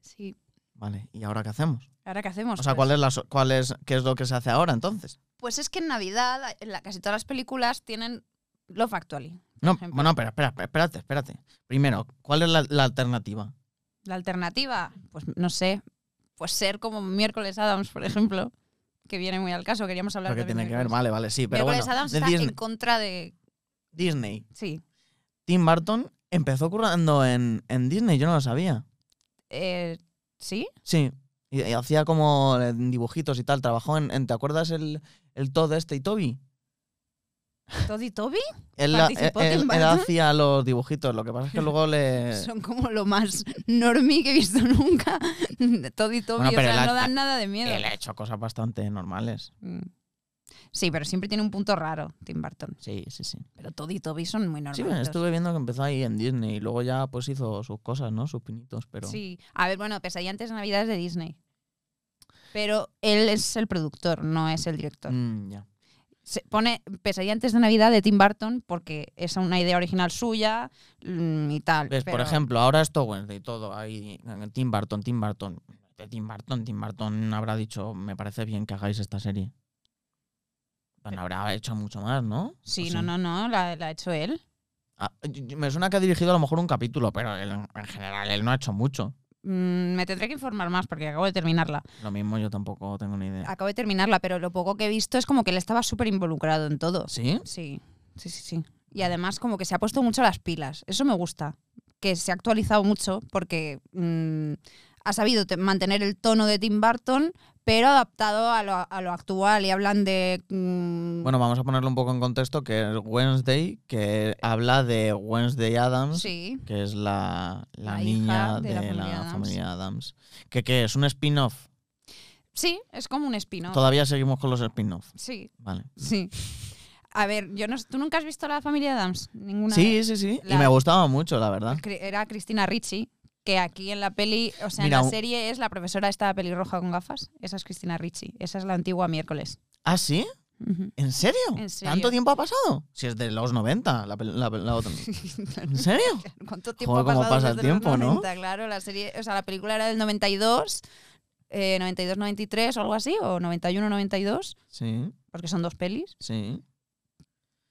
Speaker 1: Sí.
Speaker 2: Vale, ¿y ahora qué hacemos?
Speaker 1: ¿Ahora qué hacemos?
Speaker 2: O sea,
Speaker 1: Pues-
Speaker 2: ¿cuál es la, so- cuál es, ¿qué es lo que se hace ahora entonces?
Speaker 1: Pues es que en Navidad en la- casi todas las películas tienen Love Actually. por
Speaker 2: No,
Speaker 1: ejemplo.
Speaker 2: bueno, pero espera, espera, espérate, espérate. Primero, ¿cuál es la, la alternativa?
Speaker 1: La alternativa, pues no sé, pues ser como miércoles Adams, por ejemplo, que viene muy al caso, queríamos hablar
Speaker 2: Lo que
Speaker 1: también
Speaker 2: tiene
Speaker 1: de
Speaker 2: que ver,
Speaker 1: miércoles.
Speaker 2: vale, vale, sí, pero bueno.
Speaker 1: miércoles Adams
Speaker 2: de
Speaker 1: está
Speaker 2: Disney,
Speaker 1: en contra de...
Speaker 2: Disney.
Speaker 1: Sí,
Speaker 2: Tim Burton empezó currando en, en Disney, yo no lo sabía.
Speaker 1: eh, ¿sí?
Speaker 2: Sí, y, y hacía como eh, dibujitos y tal. Trabajó en, en- ¿te acuerdas el, el Todd este y Toby?
Speaker 1: Todd y Toby
Speaker 2: Él, la- eh,
Speaker 1: ¿Participó
Speaker 2: él-
Speaker 1: Tim
Speaker 2: él
Speaker 1: Burton?
Speaker 2: hacía los dibujitos, lo que pasa es que luego le...
Speaker 1: son como lo más normie que he visto nunca. Todd y Toby,
Speaker 2: Bueno,
Speaker 1: o
Speaker 2: pero
Speaker 1: sea,
Speaker 2: la-
Speaker 1: no dan nada de miedo.
Speaker 2: Él ha hecho cosas bastante normales.
Speaker 1: Mm. Sí, pero siempre tiene un punto raro Tim Burton.
Speaker 2: Sí, sí, sí.
Speaker 1: Pero Todd y Toby son muy normales.
Speaker 2: Sí, bueno, estuve viendo que empezó ahí en Disney y luego ya pues hizo sus cosas, ¿no? Sus pinitos, pero... mm,
Speaker 1: Sí, a ver, bueno, Pesadilla antes de Navidad es de Disney. Pero él es el productor, no es el director.
Speaker 2: Mm, ya.
Speaker 1: Se pone Pesadilla antes de Navidad de Tim Burton porque es una idea original suya mm, y tal.
Speaker 2: ¿Ves? Pues, Por
Speaker 1: pero-
Speaker 2: ejemplo, ahora esto Wednesday y todo, ahí Tim Burton, Tim Burton, de Tim Burton, Tim Burton habrá dicho, me parece bien que hagáis esta serie. Bueno, habrá hecho mucho más, ¿no?
Speaker 1: Sí,
Speaker 2: ¿O
Speaker 1: no, no, no, la, la ha hecho él.
Speaker 2: Ah, y- y me suena que ha dirigido a lo mejor un capítulo, pero él, en general él no ha hecho mucho.
Speaker 1: Mm, me tendré que informar más porque acabo de terminarla.
Speaker 2: Lo mismo yo tampoco tengo ni idea.
Speaker 1: Acabo de terminarla, pero lo poco que he visto es como que él estaba súper involucrado en todo.
Speaker 2: ¿Sí?
Speaker 1: Sí, sí, sí, sí. Y además como que se ha puesto mucho las pilas. Eso me gusta. Que se ha actualizado mucho porque mm, ha sabido te- mantener el tono de Tim Burton, pero adaptado a lo, a lo actual. Y hablan de... mm,
Speaker 2: Bueno, vamos a ponerlo un poco en contexto, que es Wednesday, que habla de Wednesday Adams,
Speaker 1: sí.
Speaker 2: que es la, la
Speaker 1: La hija
Speaker 2: niña
Speaker 1: de
Speaker 2: de,
Speaker 1: la
Speaker 2: la,
Speaker 1: familia Addams.
Speaker 2: familia Adams. Que, que es un spin-off.
Speaker 1: Sí, es como un spin-off.
Speaker 2: Todavía seguimos con los spin-offs.
Speaker 1: Sí,
Speaker 2: Vale.
Speaker 1: sí. A ver, yo no, s- ¿tú nunca has visto la familia Adams? Ninguna
Speaker 2: sí, sí, sí.
Speaker 1: la-
Speaker 2: Y me gustaba mucho, la verdad.
Speaker 1: Cri- Era Cristina Ricci, que aquí en la peli, o sea,
Speaker 2: Mira,
Speaker 1: en la
Speaker 2: un-
Speaker 1: serie es la profesora esta pelirroja con gafas. Esa es Cristina Ricci. Esa es la antigua miércoles.
Speaker 2: ¿Ah, sí?
Speaker 1: Ujú.
Speaker 2: ¿En serio?
Speaker 1: En serio.
Speaker 2: ¿Tanto tiempo ha pasado? Si es de los 90, la, pel- la, la otra. ¿En serio?
Speaker 1: ¿Cuánto tiempo
Speaker 2: Joder,
Speaker 1: ha
Speaker 2: cómo
Speaker 1: pasado
Speaker 2: pasa el
Speaker 1: desde los
Speaker 2: tiempo, ¿no?
Speaker 1: 90? Claro, la serie, o sea, la película era del 92, eh, 92, 93 o algo así, o 91, 92,
Speaker 2: Sí,
Speaker 1: porque son dos pelis.
Speaker 2: sí.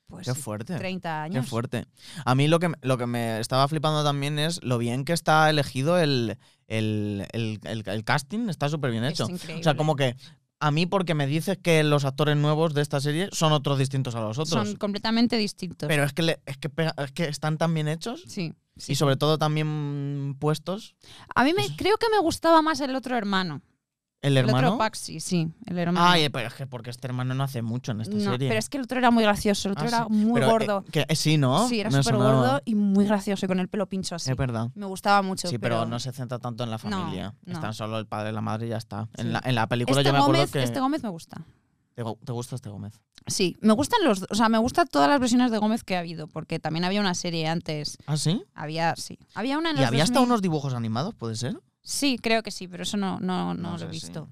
Speaker 1: Pues
Speaker 2: Qué
Speaker 1: sí,
Speaker 2: fuerte.
Speaker 1: 30
Speaker 2: Qué
Speaker 1: años.
Speaker 2: fuerte. A mí lo que, lo que me estaba flipando también es lo bien que está elegido el, el, el- el- el casting. Está súper bien
Speaker 1: Es
Speaker 2: hecho.
Speaker 1: increíble.
Speaker 2: O sea, como que a mí porque me dices que los actores nuevos de esta serie son otros distintos a los otros.
Speaker 1: son completamente distintos.
Speaker 2: Pero es que, le- es, que, pega- es que están tan bien hechos
Speaker 1: sí.
Speaker 2: y sobre todo también mm, puestos.
Speaker 1: A mí me, creo que me gustaba más el otro hermano.
Speaker 2: El
Speaker 1: El
Speaker 2: hermano...
Speaker 1: otro Paxi, sí, el hermano.
Speaker 2: Ay, pero es que porque este hermano no hace mucho en esta
Speaker 1: No,
Speaker 2: serie.
Speaker 1: pero es que el otro era muy gracioso, el otro
Speaker 2: Ah,
Speaker 1: era
Speaker 2: sí.
Speaker 1: muy
Speaker 2: Pero, eh,
Speaker 1: gordo.
Speaker 2: que, eh, sí, ¿no?
Speaker 1: sí, era
Speaker 2: Me
Speaker 1: súper
Speaker 2: sonaba.
Speaker 1: gordo y muy gracioso y con el pelo pincho así.
Speaker 2: Es verdad.
Speaker 1: Me gustaba mucho.
Speaker 2: Sí, pero, no se centra tanto en la familia.
Speaker 1: no.
Speaker 2: Están solo el padre y la madre y ya está.
Speaker 1: Sí.
Speaker 2: En, la, en la película
Speaker 1: Este
Speaker 2: yo me acuerdo
Speaker 1: Gómez,
Speaker 2: que...
Speaker 1: este Gómez me gusta.
Speaker 2: ¿Te, gu- te gusta este Gómez?
Speaker 1: Sí, me gustan los, do- o sea, me gustan todas las versiones de Gómez que ha habido, porque también había una serie antes,
Speaker 2: ¿Ah, sí?
Speaker 1: había, sí, había una en
Speaker 2: ¿Y
Speaker 1: los
Speaker 2: había hasta
Speaker 1: 2000.
Speaker 2: unos dibujos animados, puede ser?
Speaker 1: Sí, creo que sí, pero eso no, no, no,
Speaker 2: No
Speaker 1: lo he
Speaker 2: sé, sí.
Speaker 1: visto.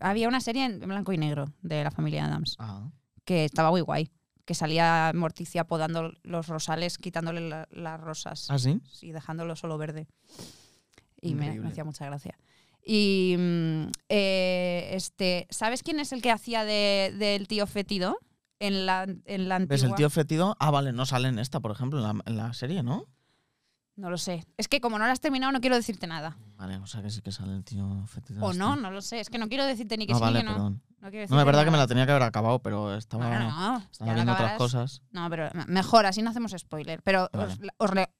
Speaker 1: Había una serie en blanco y negro de la familia Adams
Speaker 2: Ah.
Speaker 1: que estaba muy guay, que salía Morticia podando los rosales, quitándole la- las rosas.
Speaker 2: ¿Ah, sí?
Speaker 1: y dejándolo solo verde. Y me- me,
Speaker 2: Increíble.
Speaker 1: hacía mucha gracia. Y mm, eh, este, ¿sabes quién es el que hacía de- del tío fétido? En la, en la antigua.
Speaker 2: ¿Ves el tío fetido? Ah, vale, no sale en esta, por ejemplo, en la, en la serie, ¿no?
Speaker 1: No lo sé. Es que como no lo has terminado, no quiero decirte nada.
Speaker 2: Vale, o sea que sí que sale el tío fetido.
Speaker 1: O
Speaker 2: este.
Speaker 1: no, no lo sé. Es que no quiero decirte ni que
Speaker 2: Ah,
Speaker 1: sí
Speaker 2: vale,
Speaker 1: ni que no.
Speaker 2: perdón.
Speaker 1: No, quiero
Speaker 2: No,
Speaker 1: decirte
Speaker 2: es verdad que me
Speaker 1: nada.
Speaker 2: la tenía que haber acabado, pero estaba,
Speaker 1: Bueno, no, ya
Speaker 2: estaba
Speaker 1: lo
Speaker 2: viendo otras
Speaker 1: acabarás.
Speaker 2: cosas.
Speaker 1: No, pero mejor, así no hacemos spoiler. Pero
Speaker 2: Vale.
Speaker 1: os- os re-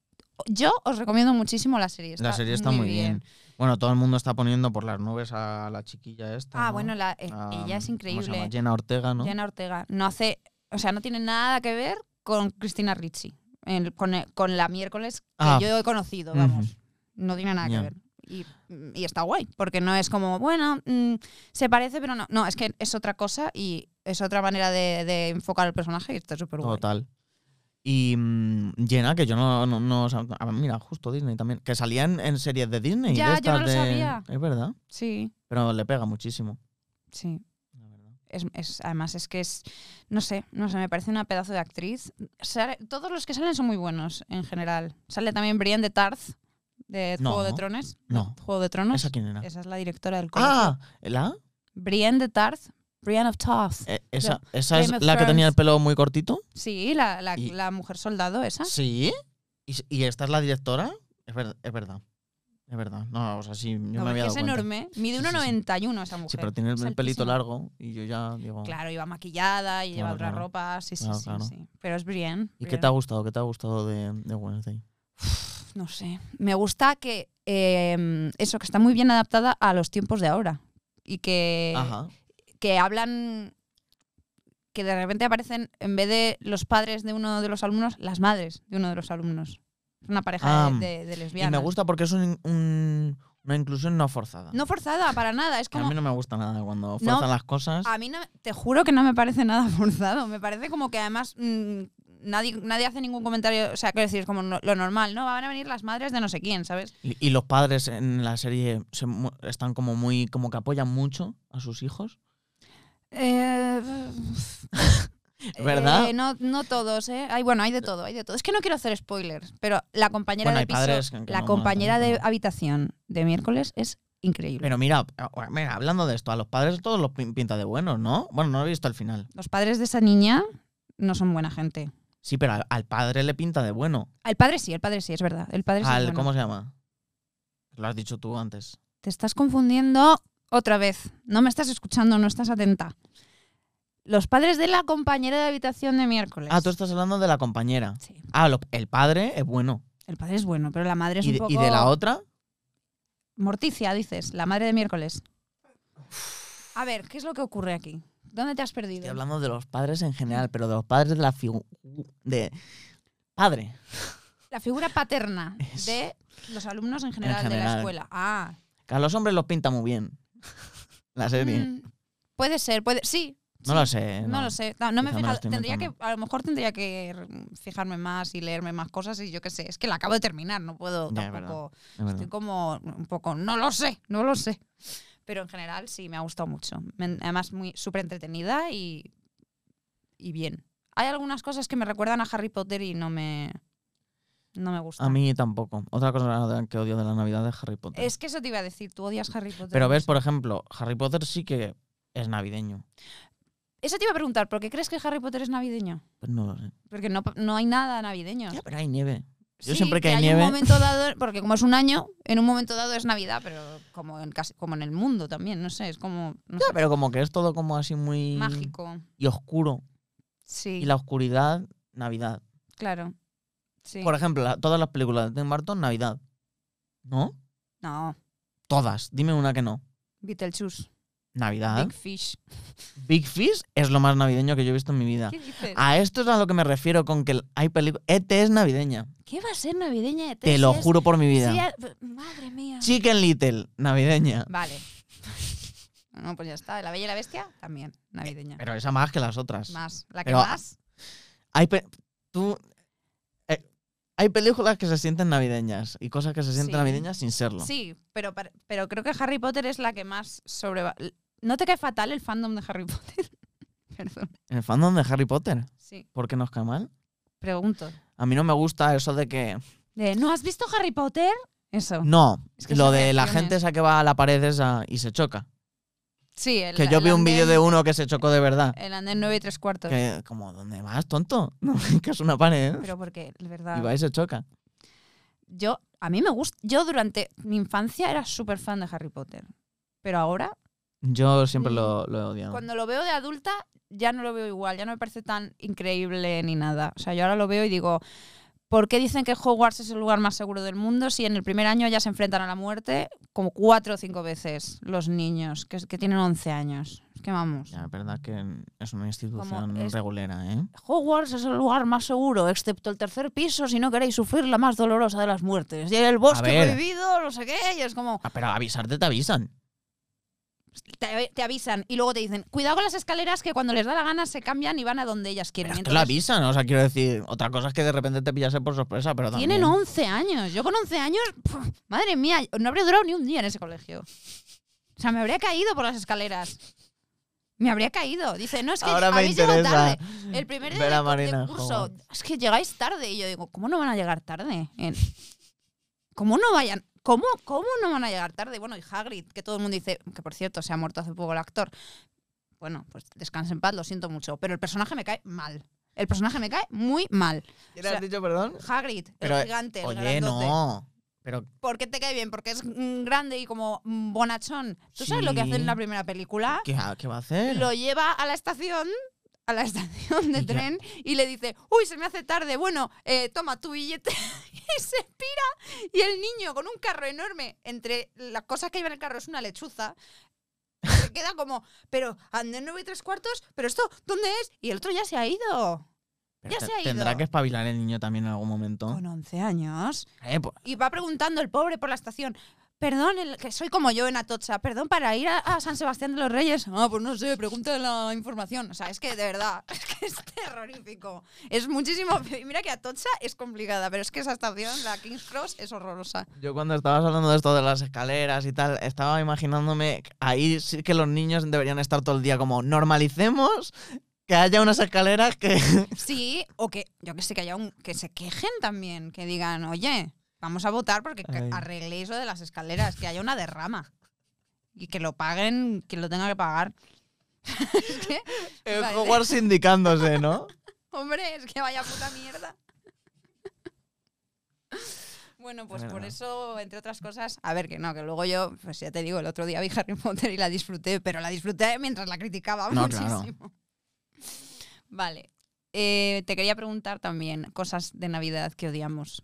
Speaker 1: yo os recomiendo muchísimo la serie.
Speaker 2: la serie está muy bien. Bueno, todo el mundo está poniendo por las nubes a la chiquilla esta.
Speaker 1: Ah,
Speaker 2: ¿no?
Speaker 1: bueno, la- eh,
Speaker 2: A-
Speaker 1: ella es
Speaker 2: ¿cómo se llama?
Speaker 1: increíble.
Speaker 2: Jenna Ortega, ¿no?
Speaker 1: Jenna Ortega. No hace, o sea, no tiene nada que ver con Cristina Ricci, en- con, con la miércoles que
Speaker 2: Ah.
Speaker 1: yo he conocido, vamos.
Speaker 2: Ujú.
Speaker 1: No tiene nada
Speaker 2: Ya.
Speaker 1: que ver. Y, y está guay, porque no es como, bueno, mm, se parece, pero no. No, es que es otra cosa y es otra manera de, de enfocar el personaje y está súper guay.
Speaker 2: Total. Y mm, Jenna, que yo no, no, no o sea, ah, Mira, justo Disney también. Que salía en, en series de Disney.
Speaker 1: Ya,
Speaker 2: de
Speaker 1: yo
Speaker 2: estas
Speaker 1: no lo
Speaker 2: de-
Speaker 1: sabía.
Speaker 2: Es verdad.
Speaker 1: Sí,
Speaker 2: Pero le pega muchísimo.
Speaker 1: sí.
Speaker 2: la verdad.
Speaker 1: Es, es- además es que es, no sé, no sé, me parece una pedazo de actriz. Sale- todos los que salen son muy buenos en general. Sale también Brienne de Tarth, de
Speaker 2: No,
Speaker 1: Juego de Trones.
Speaker 2: no.
Speaker 1: Juego de Tronos.
Speaker 2: ¿Esa quién era?
Speaker 1: Esa es la directora del colegio.
Speaker 2: ah, ¿la?
Speaker 1: Brienne de Tarth, Brienne of Tarth.
Speaker 2: Eh, esa esa
Speaker 1: Game
Speaker 2: es
Speaker 1: of
Speaker 2: la que tenía el
Speaker 1: Thrones. ¿Ah?
Speaker 2: pelo muy cortito.
Speaker 1: Sí, la, la-
Speaker 2: Y-
Speaker 1: la mujer soldado esa.
Speaker 2: Sí. ¿Y, s- y esta es la directora? Es, ver- es verdad. Es verdad. No, o sea, sí, yo
Speaker 1: No,
Speaker 2: me
Speaker 1: porque
Speaker 2: había
Speaker 1: es
Speaker 2: dado cuenta.
Speaker 1: enorme. Mide
Speaker 2: Sí, sí, sí.
Speaker 1: 1,91 esa mujer.
Speaker 2: Sí, pero tiene el,
Speaker 1: Es
Speaker 2: pelito
Speaker 1: altísima.
Speaker 2: largo y yo ya digo...
Speaker 1: Claro, iba maquillada y lleva
Speaker 2: Claro,
Speaker 1: otra
Speaker 2: claro.
Speaker 1: ropa. Sí, sí,
Speaker 2: Claro,
Speaker 1: sí,
Speaker 2: claro.
Speaker 1: sí. Pero es Brienne.
Speaker 2: ¿Y qué
Speaker 1: Brienne.
Speaker 2: te ha gustado? ¿Qué te ha gustado de, de Wednesday?
Speaker 1: No sé. Me gusta que eh, eso, que está muy bien adaptada a los tiempos de ahora. Y que,
Speaker 2: Ajá.
Speaker 1: que hablan. Que de repente aparecen, en vez de los padres de uno de los alumnos, las madres de uno de los alumnos. Es Una pareja
Speaker 2: Ah,
Speaker 1: de, de- de
Speaker 2: Y
Speaker 1: lesbianas.
Speaker 2: me gusta porque es un- un- una inclusión no forzada.
Speaker 1: No forzada, para nada. Es
Speaker 2: Que
Speaker 1: como. Ah.
Speaker 2: a mí no me gusta nada cuando forzan las cosas.
Speaker 1: A mí no- te juro que no me parece nada forzado. Me parece como que además mm, nadie, nadie hace ningún comentario. O sea, quiero decir, es como no- lo normal, ¿no? Van a venir las madres de no sé quién, ¿sabes?
Speaker 2: Y, y los padres en la serie se mu- están como muy... Como que apoyan mucho a sus hijos.
Speaker 1: Eh,
Speaker 2: ¿Verdad?
Speaker 1: eh, no, no todos, ¿eh? Hay, bueno, hay de todo, hay de todo. Es que no quiero hacer spoilers, pero la compañera
Speaker 2: Bueno, hay
Speaker 1: de piso-
Speaker 2: padres que- que
Speaker 1: la
Speaker 2: no
Speaker 1: compañera
Speaker 2: molan,
Speaker 1: de
Speaker 2: pero-
Speaker 1: habitación de miércoles es increíble.
Speaker 2: Pero mira, a- mira, hablando de esto, a los padres todos los pin- pinta de buenos, ¿no? Bueno, no lo he visto al final.
Speaker 1: Los padres de esa niña no son buena gente.
Speaker 2: Sí, pero al, al padre le pinta de bueno.
Speaker 1: El padre sí, el padre sí, es verdad. El padre sí es
Speaker 2: Al,
Speaker 1: bueno.
Speaker 2: ¿Cómo se llama? Lo has dicho tú antes.
Speaker 1: Te estás confundiendo otra vez. No me estás escuchando, no estás atenta. Los padres de la compañera de habitación de miércoles.
Speaker 2: Ah, tú estás hablando de la compañera.
Speaker 1: Sí,
Speaker 2: Ah, lo- el padre es bueno.
Speaker 1: el padre es bueno, pero la madre es
Speaker 2: Y
Speaker 1: un
Speaker 2: de,
Speaker 1: poco...
Speaker 2: y de la otra,
Speaker 1: Morticia, dices, la madre de miércoles. A ver, ¿qué es lo que ocurre aquí? ¿Dónde te has perdido?
Speaker 2: estoy hablando de los padres en general, pero de los padres de la figura. de padre.
Speaker 1: La figura paterna
Speaker 2: Eso.
Speaker 1: de los alumnos en general, de la
Speaker 2: general.
Speaker 1: escuela. Ah,
Speaker 2: Que a los hombres los pinta muy bien. la serie.
Speaker 1: mm, puede ser, puede... Sí,
Speaker 2: no
Speaker 1: sí.
Speaker 2: lo sé.
Speaker 1: No lo sé. No, no me he
Speaker 2: Quizá me lo
Speaker 1: fijado.
Speaker 2: estoy
Speaker 1: Tendría que,
Speaker 2: inventando.
Speaker 1: a lo mejor tendría que mm, fijarme más y leerme más cosas y yo qué sé. Es que la acabo de terminar, no puedo
Speaker 2: Ya, es
Speaker 1: tampoco.
Speaker 2: es verdad.
Speaker 1: Estoy como un poco, no lo sé, no lo sé. Pero en general sí, me ha gustado mucho. Me- además, muy súper entretenida y, y bien. Hay algunas cosas que me recuerdan a Harry Potter y no me, no me
Speaker 2: A
Speaker 1: gustan.
Speaker 2: mí tampoco. Otra cosa que odio de la Navidad es Harry Potter.
Speaker 1: Es que eso te iba a decir, tú odias Harry Potter.
Speaker 2: Pero ves, por ejemplo, Harry Potter sí que es navideño.
Speaker 1: Eso te iba a preguntar, ¿por qué crees que Harry Potter es navideño?
Speaker 2: Pues no lo sé.
Speaker 1: Porque no, no hay nada navideño.
Speaker 2: Ya, pero hay nieve. Yo
Speaker 1: Sí,
Speaker 2: siempre que hay
Speaker 1: hay
Speaker 2: nieve-
Speaker 1: un momento dado, porque como es un año, en un momento dado es Navidad, pero como en casi, como en el mundo también, no sé, es como no
Speaker 2: Ya,
Speaker 1: sé,
Speaker 2: pero como que es todo como así muy
Speaker 1: mágico.
Speaker 2: y oscuro.
Speaker 1: Sí,
Speaker 2: Y la oscuridad, Navidad.
Speaker 1: claro. Sí.
Speaker 2: Por ejemplo, la- todas las películas de Tim Burton, Navidad. ¿No?
Speaker 1: No,
Speaker 2: Todas. Dime una que no.
Speaker 1: Beetlejuice,
Speaker 2: Navidad.
Speaker 1: Big Fish.
Speaker 2: Big Fish es lo más navideño que yo he visto en mi vida.
Speaker 1: ¿Qué dices?
Speaker 2: A esto es a lo que me refiero con que hay películas. ET es navideña.
Speaker 1: ¿Qué va a ser navideña de
Speaker 2: Te lo juro por mi vida.
Speaker 1: madre mía.
Speaker 2: Chicken Little, navideña.
Speaker 1: Vale. No, pues ya está, La Bella y la Bestia también navideña.
Speaker 2: Pero esa más que las otras.
Speaker 1: Más, la que
Speaker 2: Eh, pero- ah,
Speaker 1: más.
Speaker 2: Hay pe- tú eh, hay películas que se sienten navideñas y cosas que se sienten
Speaker 1: Sí.
Speaker 2: navideñas sin serlo.
Speaker 1: Sí, pero, par- pero creo que Harry Potter es la que más sobre ¿No te cae fatal el fandom de Harry Potter? Perdón.
Speaker 2: El fandom de Harry Potter,
Speaker 1: Sí.
Speaker 2: ¿por qué nos cae mal?
Speaker 1: Pregunto.
Speaker 2: A mí no me gusta eso de que
Speaker 1: De, ¿No has visto Harry Potter? Eso.
Speaker 2: no,
Speaker 1: Es que
Speaker 2: lo
Speaker 1: son
Speaker 2: de la
Speaker 1: reacciones.
Speaker 2: gente esa que va a la pared esa y se choca.
Speaker 1: Sí, el,
Speaker 2: Que yo
Speaker 1: el
Speaker 2: vi un vídeo de
Speaker 1: andén-
Speaker 2: uno que se chocó de verdad.
Speaker 1: El andén 9 y 3 cuartos.
Speaker 2: Que como ¿dónde vas, tonto? No, que es una pared. ¿eh?
Speaker 1: Pero porque, de
Speaker 2: Y
Speaker 1: verdad.
Speaker 2: va y se choca.
Speaker 1: Yo, a mí me gusta. Yo durante mi infancia era súper fan de Harry Potter. Pero ahora,
Speaker 2: Yo siempre
Speaker 1: Mm.
Speaker 2: lo, lo he odiado.
Speaker 1: cuando lo veo de adulta, ya no lo veo igual. Ya no me parece tan increíble ni nada. O sea, yo ahora lo veo y digo. ¿Por qué dicen que Hogwarts es el lugar más seguro del mundo si en el primer año ya se enfrentan a la muerte como cuatro o cinco veces los niños que, que tienen 11 años? Es que vamos.
Speaker 2: Ya, es verdad que es una institución
Speaker 1: es-
Speaker 2: regulera, ¿eh?
Speaker 1: Hogwarts es el lugar más seguro, excepto el tercer piso, si no queréis sufrir la más dolorosa de las muertes. Y el bosque
Speaker 2: ver.
Speaker 1: prohibido, no sé qué, y es como...
Speaker 2: Ah, pero avisarte te avisan.
Speaker 1: Te, te avisan y luego te dicen, cuidado con las escaleras que cuando les da la gana se cambian y van a donde ellas quieren.
Speaker 2: Pero es
Speaker 1: Y
Speaker 2: que lo
Speaker 1: entonces,
Speaker 2: avisan, o sea, quiero decir, otra cosa es que de repente te pillase por sorpresa, pero también...
Speaker 1: Tienen 11 años. Yo con 11 años, puf, madre mía, no habría durado ni un día en ese colegio. O sea, me habría caído por las escaleras. Me habría caído. Dice, no, es que
Speaker 2: Ahora me
Speaker 1: habéis llegado
Speaker 2: interesa
Speaker 1: tarde. El primer día
Speaker 2: ver a
Speaker 1: del, co- del
Speaker 2: Marina en
Speaker 1: curso,
Speaker 2: Hogwarts.
Speaker 1: es que llegáis tarde. Y yo digo, ¿cómo no van a llegar tarde? En- ¿Cómo no vayan? ¿Cómo, ¿Cómo no van a llegar tarde? Bueno, y Hagrid, que todo el mundo dice, que por cierto, se ha muerto hace poco el actor. bueno, pues descansa en paz, lo siento mucho. Pero el personaje me cae mal. El personaje me cae muy mal.
Speaker 2: ¿Qué
Speaker 1: O sea,
Speaker 2: has dicho, perdón?
Speaker 1: Hagrid,
Speaker 2: Pero,
Speaker 1: el gigante, el
Speaker 2: Oye,
Speaker 1: grandote.
Speaker 2: no. Pero
Speaker 1: ¿Por qué te cae bien? Porque es mm, grande y como mm, bonachón. ¿Tú sabes lo que hace
Speaker 2: Sí.
Speaker 1: en la primera película?
Speaker 2: ¿qué, ha- qué va a hacer?
Speaker 1: Lo lleva a la estación a la estación de
Speaker 2: Y ya.
Speaker 1: tren y le dice, uy, se me hace tarde, bueno, eh, toma tu billete y se pira. Y el niño con un carro enorme, entre las cosas que lleva en el carro es una lechuza, se queda como, pero andé nueve y tres cuartos, pero esto, ¿dónde es? Y el otro ya se ha
Speaker 2: Ah.
Speaker 1: ido,
Speaker 2: Pero
Speaker 1: ya
Speaker 2: te-
Speaker 1: se ha ido.
Speaker 2: Tendrá que espabilar el niño también en algún momento.
Speaker 1: con 11 años.
Speaker 2: Eh, pues,
Speaker 1: y va preguntando el pobre por la estación. Perdón, el, que soy como yo en Atocha. Perdón, para ir a, a San Sebastián de los Reyes. Ah, pues no sé, pregunta la información. O sea, es que de verdad, es que es terrorífico. Es muchísimo. y Mira que Atocha es complicada, pero es que esa estación, la King's Cross, es horrorosa.
Speaker 2: Yo cuando estabas hablando de esto de las escaleras y tal, estaba imaginándome que ahí sí que los niños deberían estar todo el día como normalicemos que haya unas escaleras que
Speaker 1: Sí, o que yo que sé, que haya un. que se quejen también, que digan, oye, vamos a votar porque que
Speaker 2: Ay.
Speaker 1: arregléis lo de las escaleras, que haya una derrama. Y que lo paguen, que lo tenga que pagar. es que.
Speaker 2: el
Speaker 1: Vale.
Speaker 2: Hogwarts indicándose, ¿no?
Speaker 1: Hombre, es que vaya puta mierda. Bueno, pues
Speaker 2: verdad.
Speaker 1: por eso, entre otras cosas, a ver que no, que luego yo, pues ya te digo, el otro día vi Harry Potter y la disfruté, pero la disfruté mientras la criticaba
Speaker 2: No, claro.
Speaker 1: muchísimo. Vale. Eh, te quería preguntar también cosas de Navidad que odiamos.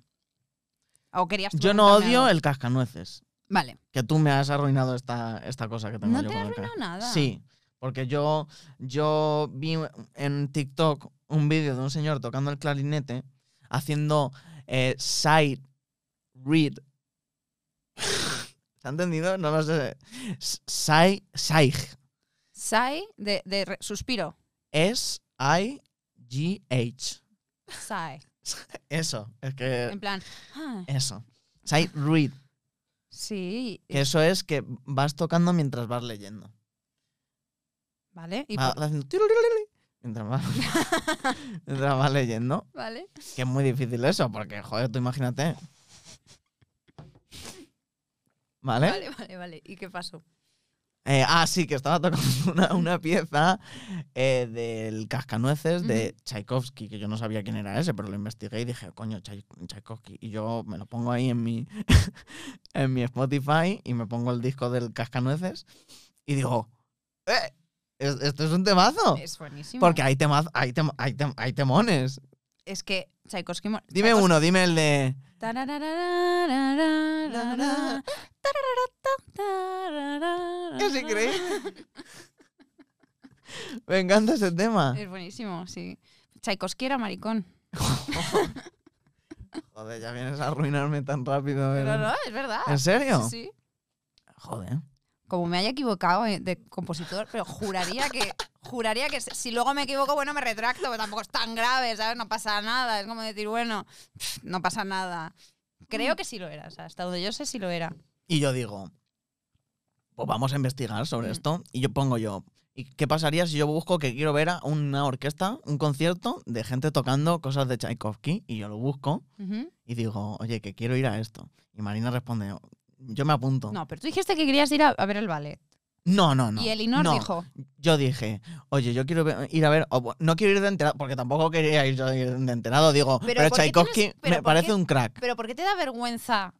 Speaker 1: ¿O querías tú
Speaker 2: Yo no
Speaker 1: preguntarme
Speaker 2: odio
Speaker 1: algo?
Speaker 2: el cascanueces,
Speaker 1: Vale.
Speaker 2: que tú me has arruinado esta, esta cosa que tengo
Speaker 1: No
Speaker 2: yo
Speaker 1: te he
Speaker 2: con el
Speaker 1: arruinado
Speaker 2: cas-
Speaker 1: nada.
Speaker 2: Sí, porque yo, yo vi en TikTok un vídeo de un señor tocando el clarinete haciendo eh, side read. ¿Se ha entendido? No lo sé. S- Side, side.
Speaker 1: Sai de, de re- suspiro.
Speaker 2: S-I-G-H.
Speaker 1: Sai.
Speaker 2: Eso, es que.
Speaker 1: En plan. ah,
Speaker 2: Eso. Side read.
Speaker 1: sí.
Speaker 2: Que eso es que vas tocando mientras vas leyendo.
Speaker 1: Vale. y
Speaker 2: Va-
Speaker 1: por-
Speaker 2: va haciendo tiruliruliruli mientras vas, mientras vas leyendo.
Speaker 1: Vale.
Speaker 2: Que es muy difícil eso, porque, joder, tú imagínate. ¿Vale?
Speaker 1: Vale, vale, vale. ¿Y qué pasó?
Speaker 2: Eh, ah, sí, que estaba tocando una, una pieza eh, del Cascanueces de Tchaikovsky, que yo no sabía quién era ese, pero lo investigué y dije, coño, Chai- Tchaikovsky. Y yo me lo pongo ahí en mi, en mi Spotify y me pongo el disco del Cascanueces y digo, ¡eh! es- Esto es un temazo.
Speaker 1: Es buenísimo.
Speaker 2: Porque hay, temaz- hay, tem- hay, tem- hay temones.
Speaker 1: es que Tchaikovsky. mo-
Speaker 2: Dime
Speaker 1: Tchaikos-
Speaker 2: uno, dime el de.
Speaker 1: Tararararararara, tararararararara.
Speaker 2: Es increíble. Me encanta ese tema.
Speaker 1: Es buenísimo, sí. Tchaikovsky era maricón.
Speaker 2: Joder, ya vienes a arruinarme tan rápido. el-
Speaker 1: Pero no, es verdad.
Speaker 2: ¿En serio?
Speaker 1: Sí, sí.
Speaker 2: Joder.
Speaker 1: Como me haya equivocado eh, de compositor, pero juraría que. Juraría que si luego me equivoco, bueno, me retracto, pero tampoco es tan grave, ¿sabes? No pasa nada. Es como decir, bueno, pff, no pasa nada. Creo que sí lo era, o sea, hasta donde yo sé sí lo era.
Speaker 2: Y yo digo, pues vamos a investigar sobre
Speaker 1: Mm.
Speaker 2: esto. Y yo pongo yo, ¿y qué pasaría si yo busco que quiero ver a una orquesta, un concierto de gente tocando cosas de Tchaikovsky? Y yo lo busco
Speaker 1: Ujú.
Speaker 2: y digo, oye, que quiero ir a esto. Y Marina responde, yo me apunto.
Speaker 1: No, pero tú dijiste que querías ir a, a ver el ballet.
Speaker 2: no, no. no
Speaker 1: y Elinor
Speaker 2: no.
Speaker 1: dijo,
Speaker 2: yo dije, oye, yo quiero ve- ir a ver, o bu- no quiero ir de enterado, porque tampoco quería ir yo de enterado, digo,
Speaker 1: Pero
Speaker 2: pero,
Speaker 1: ¿por qué
Speaker 2: Tchaikovsky
Speaker 1: tienes- pero
Speaker 2: me
Speaker 1: por
Speaker 2: parece
Speaker 1: qué-
Speaker 2: un crack.
Speaker 1: pero ¿por qué te da vergüenza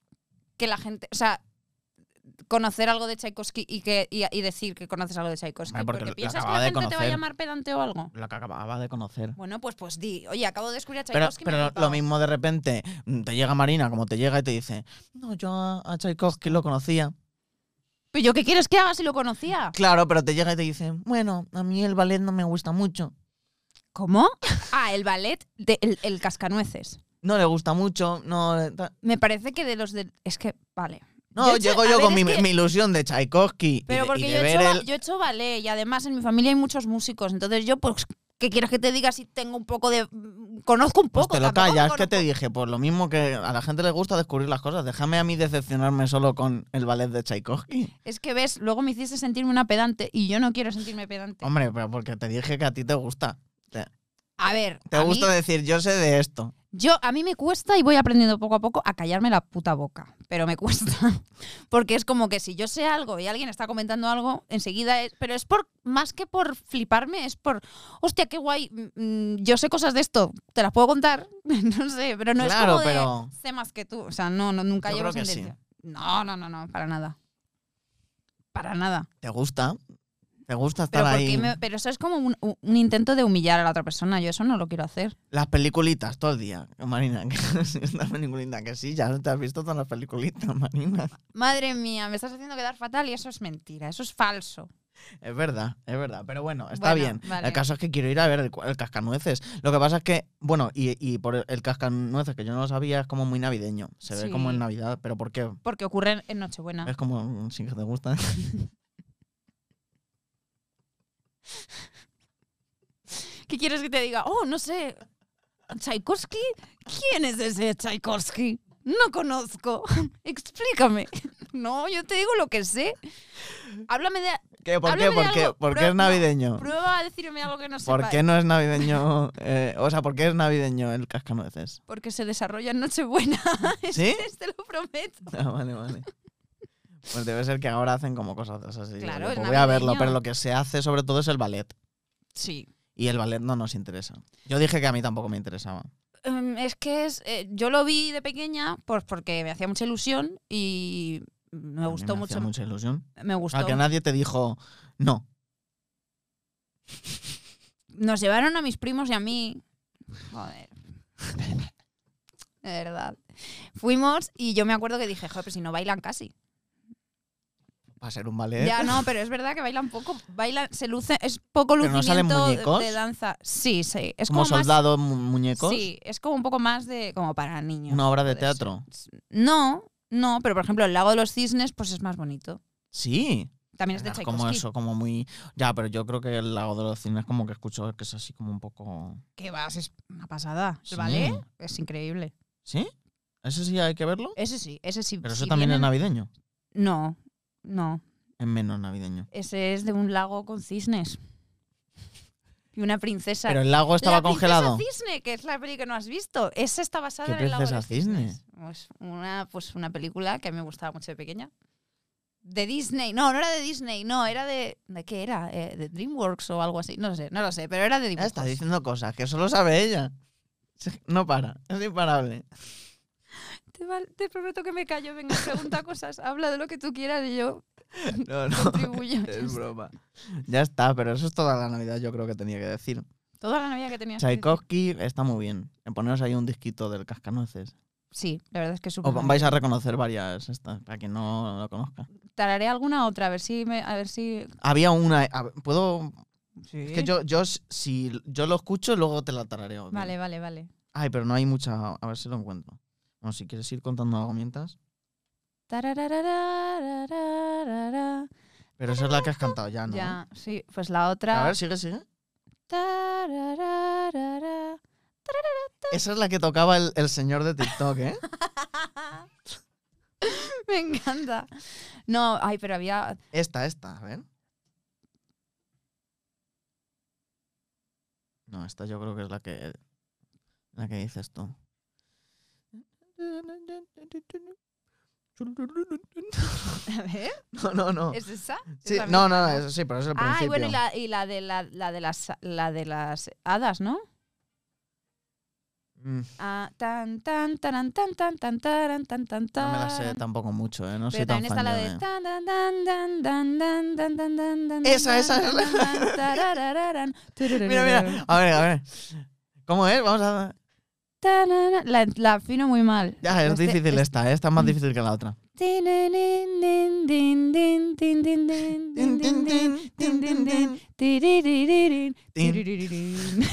Speaker 1: que la gente, o sea, conocer algo de Tchaikovsky y, que, y, y decir que conoces algo de Tchaikovsky?
Speaker 2: Hombre, porque lo
Speaker 1: piensas que
Speaker 2: acababa
Speaker 1: la
Speaker 2: de
Speaker 1: gente te va a
Speaker 2: conocer.
Speaker 1: llamar pedante o algo.
Speaker 2: Lo que acababa de conocer.
Speaker 1: Bueno, pues pues di, oye, acabo de descubrir a
Speaker 2: Pero,
Speaker 1: Tchaikovsky. me
Speaker 2: pero
Speaker 1: ha
Speaker 2: lo-
Speaker 1: flipado".
Speaker 2: lo mismo de repente mm, te llega Marina, como te llega y te dice, no, yo a, a Tchaikovsky lo conocía.
Speaker 1: Pero yo qué quieres que haga si lo conocía.
Speaker 2: Claro, pero te llega y te dice, bueno, a mí el ballet no me gusta mucho.
Speaker 1: ¿Cómo? Ah, el ballet de el, el cascanueces.
Speaker 2: No le gusta mucho, no... eh, ta-".
Speaker 1: Me parece que de los de es que vale.
Speaker 2: No,
Speaker 1: Yo he hecho-
Speaker 2: llego
Speaker 1: a
Speaker 2: yo
Speaker 1: ver,
Speaker 2: con
Speaker 1: es
Speaker 2: mi,
Speaker 1: que-
Speaker 2: mi ilusión de Tchaikovsky y de-
Speaker 1: Pero
Speaker 2: y
Speaker 1: porque
Speaker 2: de,
Speaker 1: yo, he
Speaker 2: ver
Speaker 1: hecho, ba-
Speaker 2: el...
Speaker 1: yo he hecho ballet y además en mi familia hay muchos músicos. Entonces yo, pues, ¿qué quieres que te diga si tengo un poco de. mm, Conozco un
Speaker 2: Pues
Speaker 1: poco.
Speaker 2: te lo
Speaker 1: tampoco
Speaker 2: callas,
Speaker 1: conozco-
Speaker 2: que te dije, pues lo mismo que a la gente le gusta descubrir las cosas. Déjame a mí decepcionarme solo con el ballet de Tchaikovsky.
Speaker 1: Es que ves, luego me hiciste sentirme una pedante y yo no quiero sentirme pedante.
Speaker 2: Hombre, pero porque te dije que a ti te gusta. Te-
Speaker 1: A ver,
Speaker 2: Te
Speaker 1: a mí-
Speaker 2: gusta decir, yo sé de esto.
Speaker 1: Yo, a mí me cuesta y voy aprendiendo poco a poco a callarme la puta boca, pero me cuesta. Porque es como que si yo sé algo y alguien está comentando algo, enseguida es... Pero es por, más que por fliparme, es por, hostia, qué guay, mm, yo sé cosas de esto, te las puedo contar, no sé, pero no
Speaker 2: Claro,
Speaker 1: es como
Speaker 2: pero-
Speaker 1: de, sé más que tú, o sea, no, no nunca
Speaker 2: Yo
Speaker 1: llevo
Speaker 2: creo que
Speaker 1: sentencia. No, no, no, no, para nada. Para nada.
Speaker 2: ¿Te gusta? ¿Te gusta estar
Speaker 1: Pero, ¿por
Speaker 2: ahí?
Speaker 1: qué me- pero eso es como un, un intento de humillar a la otra persona, yo eso no lo quiero hacer.
Speaker 2: Las peliculitas, todo el día. Marina, que sí, una peliculita, que sí, ya te has visto todas las peliculitas, Marina.
Speaker 1: Madre mía, me estás haciendo quedar fatal y eso es mentira, eso es falso.
Speaker 2: Es verdad, es verdad. Pero bueno, está
Speaker 1: Bueno,
Speaker 2: bien.
Speaker 1: vale.
Speaker 2: El caso es que quiero ir a ver el, cu- el cascanueces. Lo que pasa es que, bueno, y, y por el- el cascanueces, que yo no lo sabía, es como muy navideño. Se ve
Speaker 1: Sí. Ah.
Speaker 2: como en Navidad, pero ¿por qué?
Speaker 1: Porque ocurre en Nochebuena.
Speaker 2: Es como, mm, sí que te gusta.
Speaker 1: ¿Qué quieres que te diga? Oh, no sé. ¿Tchaikovsky? ¿Quién es ese Tchaikovsky? No conozco. Explícame. No, yo te digo lo que sé. Háblame de.
Speaker 2: ¿Qué, ¿Por
Speaker 1: Háblame
Speaker 2: qué?
Speaker 1: de
Speaker 2: ¿Por qué?
Speaker 1: algo.
Speaker 2: ¿Por qué
Speaker 1: Prueba-
Speaker 2: es navideño?
Speaker 1: Prueba a decirme algo que no sepa.
Speaker 2: ¿Por qué no es navideño? eh, o sea, ¿por qué es navideño el cascanueces?
Speaker 1: Porque se desarrolla en Nochebuena.
Speaker 2: ¿Sí?
Speaker 1: te lo prometo.
Speaker 2: Ah, vale, vale. Pues debe ser que ahora hacen como cosas de esas. y digo
Speaker 1: Claro,
Speaker 2: yo,
Speaker 1: es
Speaker 2: pues voy a verlo,
Speaker 1: navideño.
Speaker 2: pero lo que se hace sobre todo es el ballet.
Speaker 1: Sí.
Speaker 2: Y el ballet no nos interesa. Yo dije que a mí tampoco me interesaba.
Speaker 1: Em, es que es, eh, yo lo vi de pequeña pues porque me hacía mucha ilusión y me
Speaker 2: A mí
Speaker 1: gustó
Speaker 2: me hacía
Speaker 1: mucho.
Speaker 2: mucha ilusión.
Speaker 1: Me
Speaker 2: O
Speaker 1: gustó.
Speaker 2: sea, que nadie te dijo no.
Speaker 1: Nos llevaron a mis primos y a mí. Joder. De verdad. Fuimos y yo me acuerdo que dije, joder, pero si no bailan casi.
Speaker 2: Va a ser un ballet.
Speaker 1: Ya no, pero es verdad que bailan poco. Bailan, se lucen, es poco
Speaker 2: ¿Pero no salen
Speaker 1: lucimiento de-
Speaker 2: muñecos?
Speaker 1: de danza. Sí, sí. Es como,
Speaker 2: como
Speaker 1: más-
Speaker 2: soldados, mu- muñecos.
Speaker 1: Sí, es como un poco más de. como para niños.
Speaker 2: Una obra de
Speaker 1: Puede
Speaker 2: teatro.
Speaker 1: ser. No, no, pero por ejemplo, el lago de los cisnes, pues es más bonito.
Speaker 2: Sí.
Speaker 1: También es de
Speaker 2: Es como
Speaker 1: Tchaikovsky.
Speaker 2: eso, como muy. Ya, pero yo creo que el lago de los cines, como que escucho que es así como un poco.
Speaker 1: Que vas, es una pasada.
Speaker 2: Sí.
Speaker 1: ¿Vale? Es increíble.
Speaker 2: ¿Sí? ¿Eso sí hay que verlo?
Speaker 1: Ese sí, ese sí.
Speaker 2: Pero
Speaker 1: si
Speaker 2: eso también es
Speaker 1: vienen-
Speaker 2: navideño.
Speaker 1: No, no.
Speaker 2: Es menos navideño.
Speaker 1: Ese es de un lago con cisnes. Y una princesa.
Speaker 2: Pero el lago estaba
Speaker 1: la
Speaker 2: congelado.
Speaker 1: Princesa cisne, que es la peli que no has visto. Esa está basada
Speaker 2: ¿Qué
Speaker 1: en el lago de
Speaker 2: princesa
Speaker 1: los cisnes.
Speaker 2: cisne?
Speaker 1: Pues una, pues una película que a mí me gustaba mucho de pequeña. De Disney. No, no era de Disney. No, era de... ¿De qué era? Eh, de DreamWorks o algo así. No lo sé, no lo sé. Pero era de
Speaker 2: Ya
Speaker 1: dibujos.
Speaker 2: está diciendo cosas que solo sabe ella. No para, es imparable.
Speaker 1: Te, val- te prometo que me callo. Venga, pregunta cosas. Habla de lo que tú quieras y yo
Speaker 2: No, no.
Speaker 1: contribuyo.
Speaker 2: Es broma. Ya está, pero eso es toda la Navidad, yo creo que tenía que decir.
Speaker 1: Toda la Navidad que tenías. que decir.
Speaker 2: Tchaikovsky está muy bien. En poneros ahí un disquito del cascanueces.
Speaker 1: Sí, la verdad es que es
Speaker 2: O
Speaker 1: súper.
Speaker 2: vais a reconocer varias estas, para quien no lo conozca.
Speaker 1: Tararé alguna otra, a ver si. me- a ver si...
Speaker 2: Había una. a ver, ¿Puedo.?
Speaker 1: Sí.
Speaker 2: Es que yo, yo, s- si yo lo escucho, luego te la tarareo. bien.
Speaker 1: Vale, vale, vale.
Speaker 2: Ay, pero no hay mucha. A ver si lo encuentro. Bueno, si quieres ir contando algo mientras.
Speaker 1: Tarararararararara.
Speaker 2: Pero esa es la que has cantado ya, Ah, ¿no?
Speaker 1: Ya, sí, pues la
Speaker 2: A
Speaker 1: otra.
Speaker 2: ver, sigue, sigue.
Speaker 1: Tararararara.
Speaker 2: Esa es la que tocaba el, el señor de TikTok, ¿eh?
Speaker 1: Me encanta. No, ay, pero había.
Speaker 2: Esta, esta, a ver. No, esta yo creo que es la que la que dices tú.
Speaker 1: A ver,
Speaker 2: No, no, no.
Speaker 1: ¿es esa? ¿Es
Speaker 2: Sí,
Speaker 1: la
Speaker 2: no,
Speaker 1: misma,
Speaker 2: no, eso sí, pero es el
Speaker 1: Ah, y
Speaker 2: principio.
Speaker 1: bueno, y la, y la de la, la de las la de las hadas, ¿no?
Speaker 2: Mm,
Speaker 1: Ah, tan tan tan tan tan tan tan tan tan
Speaker 2: No me la
Speaker 1: tan.
Speaker 2: sé tampoco mucho, ¿eh? No soy
Speaker 1: Pero
Speaker 2: tan
Speaker 1: también está
Speaker 2: fan
Speaker 1: la
Speaker 2: yo
Speaker 1: de.
Speaker 2: de...
Speaker 1: tan, tan, tan, tan, tan, tan, tan, tan, tan, tan,
Speaker 2: Esa,
Speaker 1: tan,
Speaker 2: esa es la-
Speaker 1: tan, tan, tararararán,
Speaker 2: Mira, mira, a ver, a ver. ¿Cómo es? Vamos a...
Speaker 1: tararara. La, la afino muy mal.
Speaker 2: Ya, es
Speaker 1: Este-
Speaker 2: difícil
Speaker 1: es-
Speaker 2: esta, ¿eh? Esta es más difícil que la otra.
Speaker 1: Tin, din, din, din, din, din, din, din, din, din, din, din, din, din, tiriririn,
Speaker 2: Tin.
Speaker 1: tiriririn.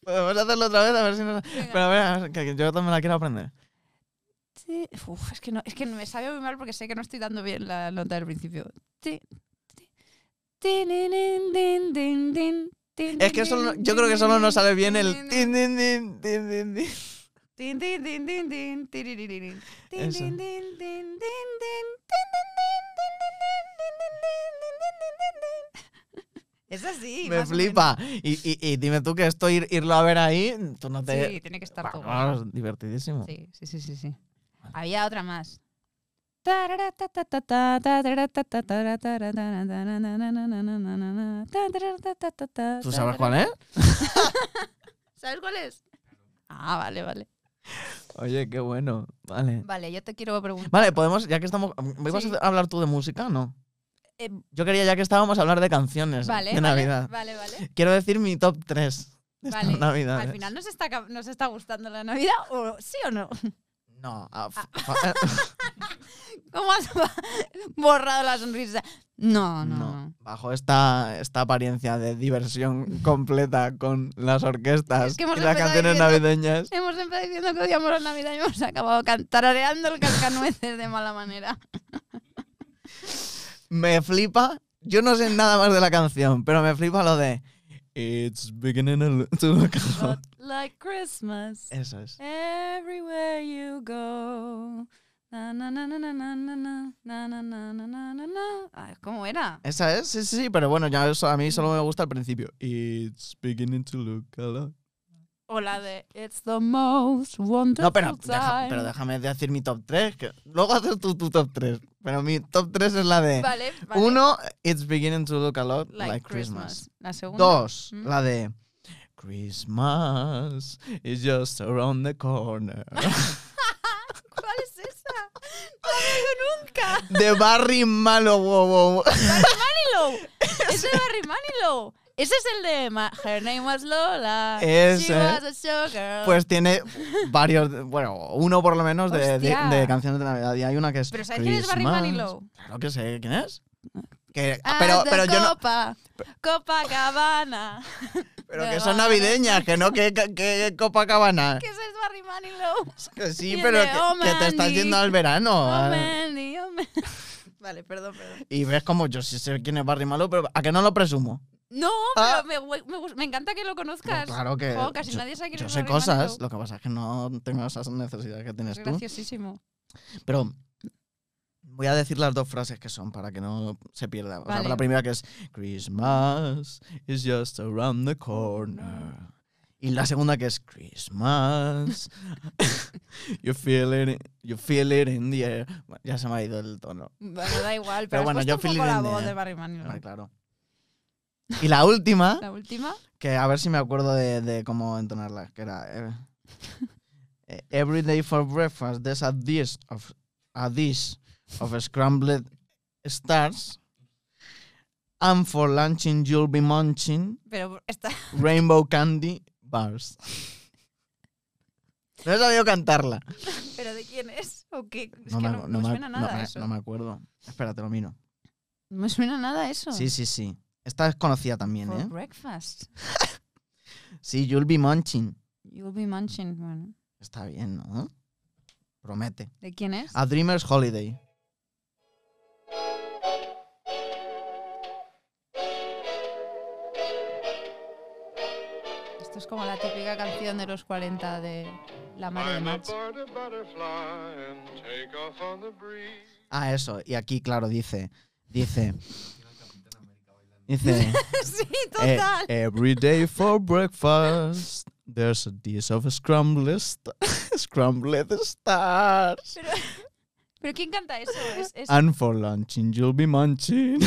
Speaker 2: Vamos a hacerlo otra vez, a ver si nos... Pero a ver, a ver, que yo también la quiero aprender.
Speaker 1: Ti- Uf, es que no, es que me sabe muy mal porque sé que no estoy dando bien la nota del principio. Ti- ti- ti, nin, nin, din, din, din, tin,
Speaker 2: Es que
Speaker 1: din,
Speaker 2: solo,
Speaker 1: din,
Speaker 2: yo creo que
Speaker 1: din,
Speaker 2: solo
Speaker 1: din,
Speaker 2: nos sale bien
Speaker 1: din,
Speaker 2: el
Speaker 1: din,
Speaker 2: tin, tin, tin, tin, tin, tin.
Speaker 1: Tin, tin, tin, tin, tin, tiririririn. Tin,
Speaker 2: Eso.
Speaker 1: tin, tin, tin, tin, tin, tin, tin, tin, tin, tin, tin, tin, tin, tin, tin, tin, tin, tin. Es así.
Speaker 2: Me
Speaker 1: más o
Speaker 2: flipa. Y, y- y dime tú que esto ir- irlo a ver ahí, tú no
Speaker 1: menos.
Speaker 2: te.
Speaker 1: Sí, tiene que estar todo.
Speaker 2: Vamos, divertidísimo.
Speaker 1: Sí, sí, sí, sí, sí.
Speaker 2: Vale.
Speaker 1: Había otra más. ¿Tú
Speaker 2: ¿Tú sabes cuál es?
Speaker 1: ¿Sabes cuál es? Ah, vale, vale.
Speaker 2: Oye, qué bueno. Vale.
Speaker 1: Vale, yo te quiero preguntar.
Speaker 2: Vale, podemos, ya que estamos. ¿Me ibas
Speaker 1: Sí.
Speaker 2: a hablar tú de música? No.
Speaker 1: Eh,
Speaker 2: Yo quería, ya que estábamos, hablar de canciones
Speaker 1: Vale, vale,
Speaker 2: de Navidad.
Speaker 1: vale, vale.
Speaker 2: Quiero decir mi top 3 de
Speaker 1: Vale,
Speaker 2: Navidad.
Speaker 1: Al final nos está, acab- nos está gustando la Navidad, o sí o no.
Speaker 2: No. ah, f- fa-
Speaker 1: ¿Cómo has borrado la sonrisa? No, no, no.
Speaker 2: Bajo esta, esta apariencia de diversión completa con las orquestas
Speaker 1: Es que hemos
Speaker 2: y las
Speaker 1: empezado
Speaker 2: canciones
Speaker 1: diciendo-
Speaker 2: navideñas.
Speaker 1: Hemos empezado diciendo que odiamos la Navidad y hemos acabado cantareando el cascanueces de mala manera.
Speaker 2: Me flipa. Yo no sé nada más de la canción, pero me flipa lo de. It's beginning to look a lot.
Speaker 1: Not like Christmas.
Speaker 2: Eso es.
Speaker 1: Everywhere you go. Na, na, na, na, na, na, na, na, na, na, na, na, na, na, na. Ay, ¿Cómo era?
Speaker 2: Esa es, sí, sí, sí, pero bueno, ya eso, a mí solo me gusta al principio. It's beginning to look a lot.
Speaker 1: O la de It's the most wonderful
Speaker 2: No, pero, deja-
Speaker 1: time.
Speaker 2: pero déjame decir mi top 3, que luego haces tú tu top 3. Pero mi top 3 es la de...
Speaker 1: Vale, vale.
Speaker 2: eh. Uno, It's beginning to look a lot like,
Speaker 1: Like,
Speaker 2: Christmas.
Speaker 1: Christmas. La segunda.
Speaker 2: Dos,
Speaker 1: ¿Mm?
Speaker 2: la de... Christmas is just around the corner.
Speaker 1: ¿Cuál es esa? No la he oído nunca.
Speaker 2: De Barry Malo. wow, wow.
Speaker 1: Manilow. Ese de Barry Manilow. Ese es el de Ma- Her Name Was Lola. She
Speaker 2: Ese.
Speaker 1: was a showgirl.
Speaker 2: Pues tiene varios, bueno, uno por lo menos de, de-
Speaker 1: Hostia.
Speaker 2: de canciones de Navidad. Y hay una que es.
Speaker 1: ¿Pero sabes quién es Barry
Speaker 2: Christmas.
Speaker 1: Manilow?
Speaker 2: Claro que sé, ¿quién es? Que-
Speaker 1: Ah,
Speaker 2: pero
Speaker 1: de
Speaker 2: pero yo no.
Speaker 1: Copa, Copa Cabana.
Speaker 2: Pero
Speaker 1: de
Speaker 2: que son
Speaker 1: Barry.
Speaker 2: navideñas, que no, que, que, que Copacabana.
Speaker 1: ¿Qué es el Barry Manilow?
Speaker 2: Que sí,
Speaker 1: Y el
Speaker 2: pero
Speaker 1: de
Speaker 2: que,
Speaker 1: Oh,
Speaker 2: que te estás
Speaker 1: Mandy.
Speaker 2: yendo al verano.
Speaker 1: Oh,
Speaker 2: al-
Speaker 1: Mandy, oh, Mandy. Vale, perdón, perdón.
Speaker 2: Y ves como yo sí sé quién es Barry Malo, pero a que no lo presumo.
Speaker 1: No,
Speaker 2: Ah.
Speaker 1: pero me, gu- me gus- me encanta que lo conozcas.
Speaker 2: Pues claro que
Speaker 1: Jo, casi
Speaker 2: yo-
Speaker 1: nadie sabe quién
Speaker 2: Yo
Speaker 1: es
Speaker 2: sé
Speaker 1: Barry
Speaker 2: cosas,
Speaker 1: Manilow.
Speaker 2: lo que pasa es que no tengo esas necesidades que tienes
Speaker 1: Es
Speaker 2: tú.
Speaker 1: graciosísimo.
Speaker 2: Pero voy a decir las dos frases que son para que no se pierda. O sea,
Speaker 1: Vale.
Speaker 2: la primera que es Christmas is just around the corner. Y la segunda que es Christmas. you, feel it, you feel it in the air. Bueno, ya se me ha ido el tono.
Speaker 1: Bueno, da igual, pero,
Speaker 2: Pero
Speaker 1: has
Speaker 2: bueno,
Speaker 1: puesto
Speaker 2: yo
Speaker 1: un poco
Speaker 2: feeling
Speaker 1: la
Speaker 2: in the
Speaker 1: voz
Speaker 2: air.
Speaker 1: de Barry
Speaker 2: Ah,
Speaker 1: Manilow.
Speaker 2: claro. Y la última,
Speaker 1: La última.
Speaker 2: que a ver si me acuerdo de, de cómo entonarla, que era eh, eh, Every day for breakfast there's a dish of a dish of scrambled stars and for lunching you'll be munching
Speaker 1: Pero esta,
Speaker 2: rainbow candy bars. No he sabido cantarla.
Speaker 1: ¿Pero de quién es? ¿O qué? Es
Speaker 2: No
Speaker 1: que
Speaker 2: me,
Speaker 1: no,
Speaker 2: acu-
Speaker 1: no
Speaker 2: no
Speaker 1: me
Speaker 2: me-
Speaker 1: suena
Speaker 2: no
Speaker 1: nada
Speaker 2: me-
Speaker 1: eso.
Speaker 2: no me acuerdo. Espera, te lo miro.
Speaker 1: No me suena nada eso.
Speaker 2: Sí, sí, sí. Esta es conocida también,
Speaker 1: For
Speaker 2: ¿eh?
Speaker 1: breakfast.
Speaker 2: Sí, you'll be munching.
Speaker 1: You'll be munching. Bueno,
Speaker 2: Está bien, ¿no? Promete.
Speaker 1: ¿de quién es?
Speaker 2: A Dreamer's Holiday.
Speaker 1: Esto es como la típica canción de los 40 de La Madre de
Speaker 3: I'm a
Speaker 1: March.
Speaker 3: bird, a butterfly, and take off on the breeze.
Speaker 2: Ah, eso. Y aquí, claro, dice. Dice. Dice.
Speaker 1: sí,
Speaker 2: eh,
Speaker 1: total.
Speaker 2: Every day for breakfast. There's a dish of scrambled, st- scrambled stars.
Speaker 1: Pero, ¿pero quién canta eso? Es, es-
Speaker 2: And for lunching, you'll be munching.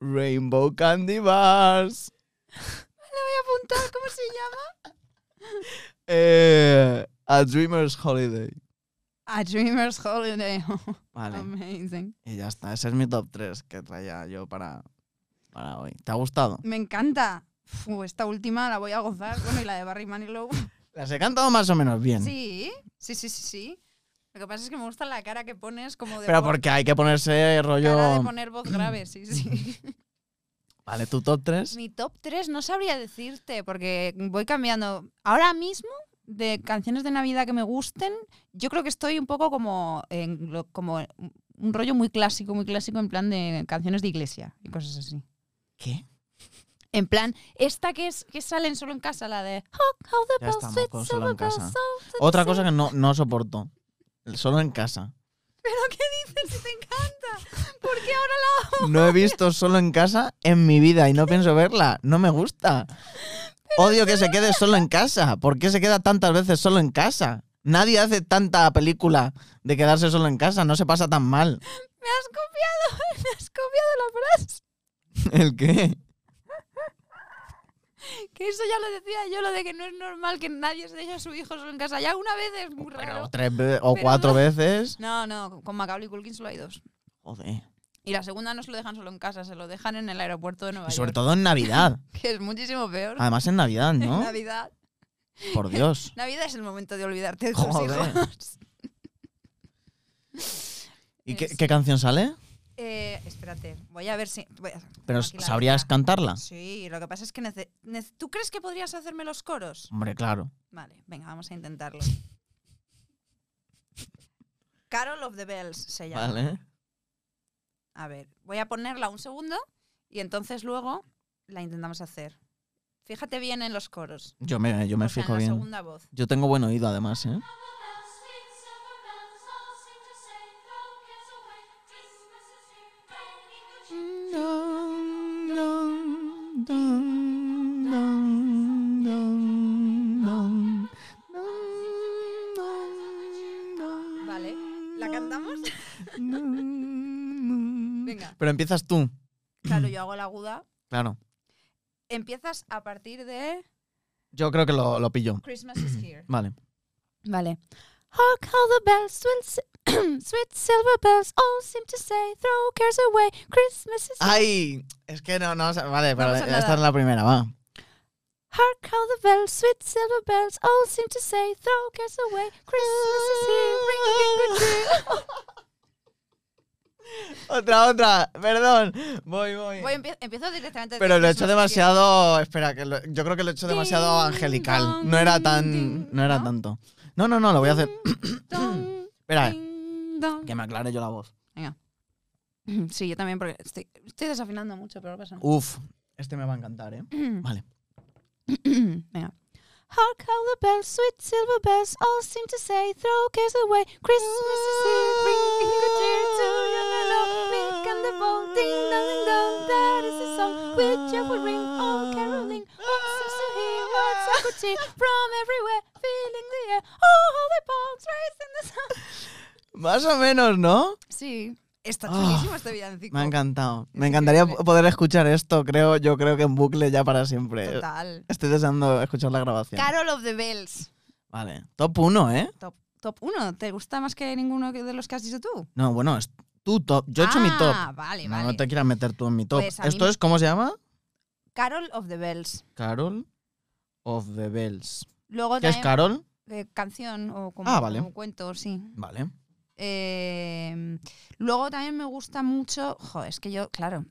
Speaker 2: Rainbow candy bars.
Speaker 1: Le voy a apuntar, ¿cómo se llama?
Speaker 2: Eh, a dreamer's holiday.
Speaker 1: A Dreamer's Holiday.
Speaker 2: Vale.
Speaker 1: Amazing.
Speaker 2: Y ya está. Ese es mi top 3 que traía yo para, para hoy. ¿Te ha gustado?
Speaker 1: Me encanta. Fu, esta última la voy a gozar. Bueno, y la de Barry Manilow.
Speaker 2: Las he cantado más o menos bien.
Speaker 1: Sí, sí, sí, sí, sí. Lo que pasa es que me gusta la cara que pones como de
Speaker 2: Pero
Speaker 1: voz-
Speaker 2: porque hay que ponerse
Speaker 1: cara de
Speaker 2: rollo.
Speaker 1: poner voz grave, sí, sí.
Speaker 2: Vale, tu top 3.
Speaker 1: Mi top 3 no sabría decirte porque voy cambiando. Ahora mismo, de canciones de Navidad que me gusten, yo creo que estoy un poco como en lo- como un rollo muy clásico, muy clásico en plan de canciones de iglesia y cosas así.
Speaker 2: ¿Qué?
Speaker 1: En plan, esta que es que salen solo en casa, la de Hark how the
Speaker 2: Ya
Speaker 1: bells
Speaker 2: estamos
Speaker 1: sweet
Speaker 2: con solo
Speaker 1: silver
Speaker 2: en
Speaker 1: bells
Speaker 2: casa.
Speaker 1: sound.
Speaker 2: Otra cosa que no, no soporto. el Solo en casa.
Speaker 1: ¿Pero qué dices si te encanta? ¿Por qué ahora la
Speaker 2: No he visto solo en casa en mi vida y no pienso verla. No me gusta. Odio que se quede solo en casa. ¿Por qué se queda tantas veces solo en casa? Nadie hace tanta película de quedarse solo en casa. No se pasa tan mal.
Speaker 1: me has copiado? Me has copiado la frase.
Speaker 2: ¿El qué?
Speaker 1: Que eso ya lo decía yo, lo de que no es normal que nadie se deje a su hijo solo en casa. Ya una vez es muy
Speaker 2: Bueno,
Speaker 1: raro.
Speaker 2: tres ve- o
Speaker 1: Pero
Speaker 2: cuatro
Speaker 1: no.
Speaker 2: veces.
Speaker 1: No, no, con Macaulay Culkin solo hay dos.
Speaker 2: Joder.
Speaker 1: Y la segunda no se lo dejan solo en casa, se lo dejan en el aeropuerto de Nueva
Speaker 2: Y sobre
Speaker 1: York.
Speaker 2: todo en Navidad.
Speaker 1: Que es muchísimo peor.
Speaker 2: Además en Navidad, ¿no?
Speaker 1: Navidad.
Speaker 2: Por Dios.
Speaker 1: Navidad es el momento de olvidarte de tus
Speaker 2: Joder.
Speaker 1: hijos.
Speaker 2: ¿Y qué,
Speaker 1: Es-
Speaker 2: qué canción sale?
Speaker 1: Eh, espérate, voy a ver si. voy a-
Speaker 2: Pero
Speaker 1: aquí la
Speaker 2: ¿sabrías
Speaker 1: letra.
Speaker 2: cantarla?
Speaker 1: Sí, lo que pasa es que. nece- nece- ¿Tú crees que podrías hacerme los coros?
Speaker 2: Hombre, claro.
Speaker 1: Vale, venga, vamos a intentarlo. Carol of the Bells se llama.
Speaker 2: Vale.
Speaker 1: A ver, voy a ponerla un segundo y entonces luego la intentamos hacer. Fíjate bien en los coros.
Speaker 2: Yo me, yo me
Speaker 1: o sea, en
Speaker 2: fijo
Speaker 1: la
Speaker 2: bien.
Speaker 1: segunda voz.
Speaker 2: Yo tengo buen oído además, ¿eh?
Speaker 4: Mm,
Speaker 1: Vale,
Speaker 2: Vale,
Speaker 1: ¿la cantamos? Venga.
Speaker 2: Pero empiezas tú,
Speaker 1: Claro, yo hago la aguda.
Speaker 2: claro.
Speaker 1: Empiezas a partir de
Speaker 2: Yo creo que lo, lo pillo.
Speaker 1: Christmas is here.
Speaker 2: Vale.
Speaker 1: Vale.
Speaker 4: Hark how the bells, will si- sweet silver bells, all seem to say, throw cares away, Christmas is
Speaker 2: ¡Ay! Es que no, no, o sea, vale, pero
Speaker 1: pasa
Speaker 2: esta
Speaker 1: nada.
Speaker 2: es la primera, va.
Speaker 4: Hark how the bells, sweet silver bells, all seem to say, throw cares away, Christmas is here, ring, ring, ring, ring.
Speaker 2: Otra, otra, perdón. Voy, voy.
Speaker 1: Voy, empie- empiezo directamente. de
Speaker 2: Pero lo he hecho
Speaker 1: Christmas is
Speaker 2: demasiado. Espera, que lo- yo creo que lo he hecho demasiado
Speaker 4: Ding,
Speaker 2: angelical.
Speaker 4: dong,
Speaker 2: No era
Speaker 4: ding,
Speaker 2: tan. No era
Speaker 4: ¿no?
Speaker 2: tanto. No, no, no, lo voy a hacer.
Speaker 1: here. Dong,
Speaker 2: Espera,
Speaker 1: ding, dong.
Speaker 2: que me aclare yo la voz.
Speaker 1: Sí, yo también, porque estoy, estoy desafinando mucho, pero no pasa nada.
Speaker 2: Uf, este me va a encantar, ¿eh? Vale.
Speaker 1: Venga.
Speaker 4: Hark how the bells, sweet silver bells, all seem to say, throw cares away, Christmas is here, ring, ring, good cheer to your mellow, mink and the ball, ding, dong, ding, dong, that is the song, with joyful ring, all caroling, Oh, all seems to hear, words of good cheer, from everywhere, filling the air, oh, how the bells raise in the sun.
Speaker 2: Más o menos, ¿no?
Speaker 1: Sí. Está
Speaker 2: Ah,
Speaker 1: chulísimo este villancico.
Speaker 2: Me ha encantado. Me
Speaker 1: Es
Speaker 2: encantaría
Speaker 1: increíble.
Speaker 2: poder escuchar esto, creo, yo creo que en bucle ya para siempre.
Speaker 1: Total.
Speaker 2: Estoy deseando escuchar la grabación.
Speaker 1: Carol of the Bells.
Speaker 2: Vale. Top 1, ¿eh?
Speaker 1: Top, top 1. ¿Te gusta más que ninguno que- de los que has dicho tú?
Speaker 2: No, bueno, es tu top. Yo he hecho mi top.
Speaker 1: Ah, vale,
Speaker 2: No,
Speaker 1: vale.
Speaker 2: no te quieras meter tú en mi top.
Speaker 1: Pues a mí
Speaker 2: ¿Esto
Speaker 1: me-
Speaker 2: es cómo se llama?
Speaker 1: Carol of the Bells.
Speaker 2: Carol of the Bells.
Speaker 1: Luego
Speaker 2: ¿Qué es
Speaker 1: también,
Speaker 2: Carol?
Speaker 1: eh, canción o como,
Speaker 2: Ah, vale.
Speaker 1: como cuento, sí.
Speaker 2: Vale.
Speaker 1: Eh, luego también me gusta mucho. Jo, es que yo, claro.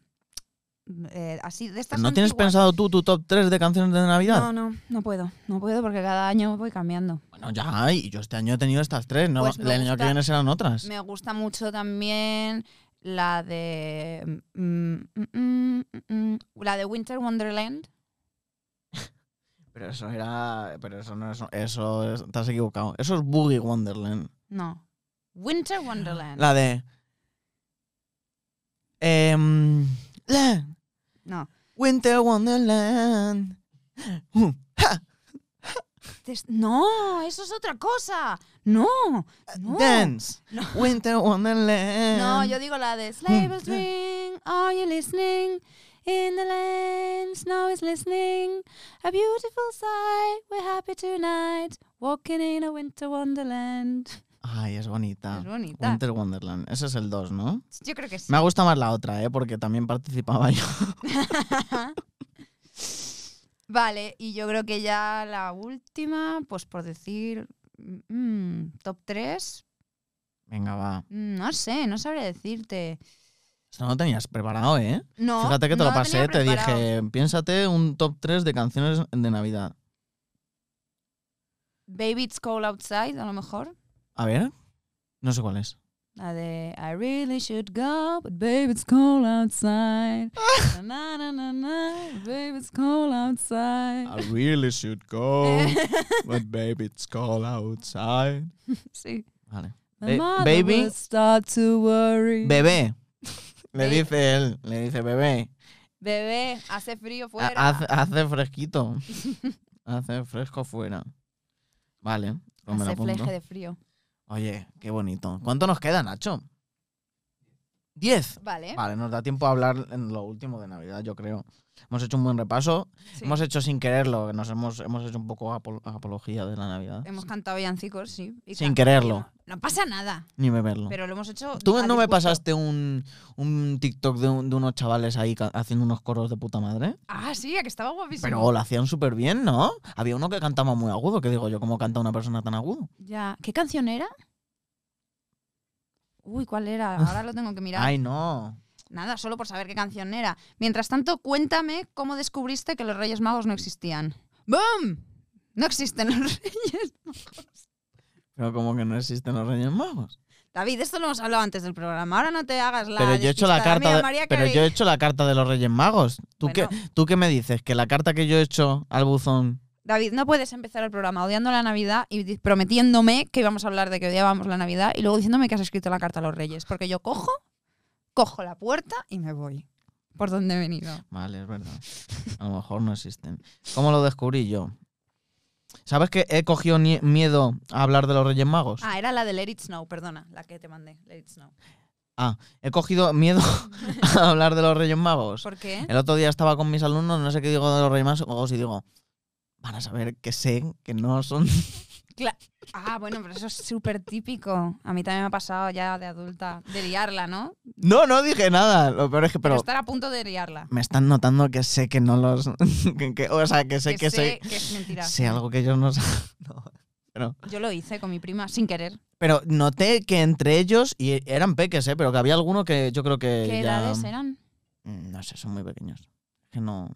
Speaker 1: eh, así de estas.
Speaker 2: Pues ¿No tienes
Speaker 1: antiguas-
Speaker 2: pensado tú tu top 3 de canciones de Navidad?
Speaker 1: No, no, no puedo. No puedo porque cada año voy cambiando.
Speaker 2: Bueno, ya, y yo este año he tenido estas tres, ¿no?
Speaker 1: Pues
Speaker 2: el
Speaker 1: me
Speaker 2: año que
Speaker 1: gusta-
Speaker 2: viene serán otras.
Speaker 1: Me gusta mucho también la de. mm, mm, mm, mm, la de Winter Wonderland.
Speaker 2: Pero eso era. Pero eso no es. Eso es- te has equivocado. Eso es Boogie Wonderland.
Speaker 1: No. Winter Wonderland.
Speaker 2: La de. em, la-
Speaker 1: No.
Speaker 2: Winter Wonderland. Uh,
Speaker 1: Des- No, eso es otra cosa. No. no.
Speaker 2: Dance.
Speaker 1: No.
Speaker 2: Winter Wonderland.
Speaker 1: No, yo digo la de Sleigh bells ring, are you listening? In the land, snow is listening. A beautiful sight, we're happy tonight. Walking in a winter wonderland.
Speaker 2: Ay, es bonita.
Speaker 1: Es bonita.
Speaker 2: Ah, Winter Wonderland. Ese es el 2, ¿no?
Speaker 1: Yo creo que sí.
Speaker 2: Me ha gustado más la otra, ¿eh? Porque también participaba yo.
Speaker 1: Vale, y yo creo que ya la última, pues por decir mm, top 3,
Speaker 2: Venga, va.
Speaker 1: no sé, no sabré decirte.
Speaker 2: Esto no lo tenías preparado, ¿eh?
Speaker 1: No,
Speaker 2: Fíjate que te
Speaker 1: no
Speaker 2: lo
Speaker 1: tenía
Speaker 2: pasé, te
Speaker 1: preparado.
Speaker 2: dije, piénsate un top 3 de canciones de Navidad.
Speaker 1: Baby It's Cold Outside, a lo mejor.
Speaker 2: A ver, no sé cuál es.
Speaker 1: La de I really should go, but baby it's cold outside. na, na, na, na, na, baby it's cold outside.
Speaker 2: Uh, really should go, but baby, it's cold outside.
Speaker 1: sí.
Speaker 2: Vale.
Speaker 1: My
Speaker 2: Ba-
Speaker 1: mother
Speaker 2: baby.
Speaker 1: would start to worry.
Speaker 2: Bebé, pues, Le
Speaker 1: Sí.
Speaker 2: dice él, le dice, bebé,
Speaker 1: Bebé, hace frío
Speaker 2: ha-
Speaker 1: fuera.
Speaker 2: hace, hace fresquito. hace fresco fuera. Vale, pues me
Speaker 1: hace
Speaker 2: lo apunto.
Speaker 1: fleje de frío.
Speaker 2: Oye, qué bonito. ¿Cuánto nos queda, Nacho? Diez.
Speaker 1: Vale.
Speaker 2: Vale, nos da tiempo a hablar en lo último de Navidad, yo creo. Hemos hecho un buen repaso.
Speaker 1: sí.
Speaker 2: Hemos hecho sin quererlo, que nos hemos, hemos hecho un poco apo- apología de la Navidad.
Speaker 1: Hemos cantado villancicos, sí. y
Speaker 2: Sin
Speaker 1: ca-
Speaker 2: quererlo.
Speaker 1: No pasa nada,
Speaker 2: Ni beberlo.
Speaker 1: pero lo hemos hecho.
Speaker 2: Tú
Speaker 1: a
Speaker 2: no me
Speaker 1: disgusto.
Speaker 2: pasaste un, un TikTok de, un- de unos chavales ahí ca- haciendo unos coros de puta madre.
Speaker 1: Ah, sí, a que estaba guapísimo.
Speaker 2: Pero lo hacían súper bien, ¿no? Había uno que cantaba muy agudo, que digo yo, ¿cómo canta una persona tan agudo?
Speaker 1: Ya. ¿Qué canción era? Uy, ¿cuál era? Ahora lo tengo que mirar.
Speaker 2: Ay, no.
Speaker 1: Nada, solo por saber qué canción era. Mientras tanto, cuéntame cómo descubriste que los Reyes Magos no existían. ¡Bum! No existen los Reyes.
Speaker 2: Pero como que no existen los Reyes Magos.
Speaker 1: David, esto lo hemos hablado antes del programa. Ahora no te hagas la.
Speaker 2: pero yo he hecho la
Speaker 1: despistada.
Speaker 2: carta
Speaker 1: Mira,
Speaker 2: de,
Speaker 1: Mariah
Speaker 2: pero
Speaker 1: Carey.
Speaker 2: yo he hecho la carta de los Reyes Magos. ¿Tú,
Speaker 1: Bueno.
Speaker 2: qué, ¿Tú qué me dices? ¿Que la carta que yo he hecho al buzón
Speaker 1: David, no puedes empezar el programa odiando la Navidad y di- prometiéndome que íbamos a hablar de que odiábamos la Navidad y luego diciéndome que has escrito la carta a los Reyes. Porque yo cojo, cojo la puerta y me voy. Por donde he venido.
Speaker 2: Vale, es verdad. A lo mejor no existen. ¿Cómo lo descubrí yo? ¿Sabes que he cogido ni- miedo a hablar de los Reyes Magos?
Speaker 1: Ah, era la de Let It Snow, perdona, la que te mandé. Let It Snow.
Speaker 2: He cogido miedo a hablar de los Reyes Magos.
Speaker 1: ¿Por qué?
Speaker 2: El otro día estaba con mis alumnos, no sé qué digo de los Reyes Magos y digo, van a saber que sé que no son...
Speaker 1: Cla- ah, bueno, pero eso es súper típico. A mí también me ha pasado ya de adulta. De liarla, ¿no?
Speaker 2: No, no dije nada. Lo peor es que,
Speaker 1: Pero,
Speaker 2: pero...
Speaker 1: estar a punto de liarla.
Speaker 2: Me están notando que sé que no los... que- que- o sea, que sé que, sé...
Speaker 1: que es mentira.
Speaker 2: Sé algo que ellos no saben. No.
Speaker 1: Yo lo hice con mi prima, sin querer.
Speaker 2: Pero noté que entre ellos, y eran peques, ¿eh? pero que había alguno que yo creo que.
Speaker 1: ¿Qué
Speaker 2: ya-
Speaker 1: edades eran?
Speaker 2: Mm, No sé, son muy pequeños. Que no.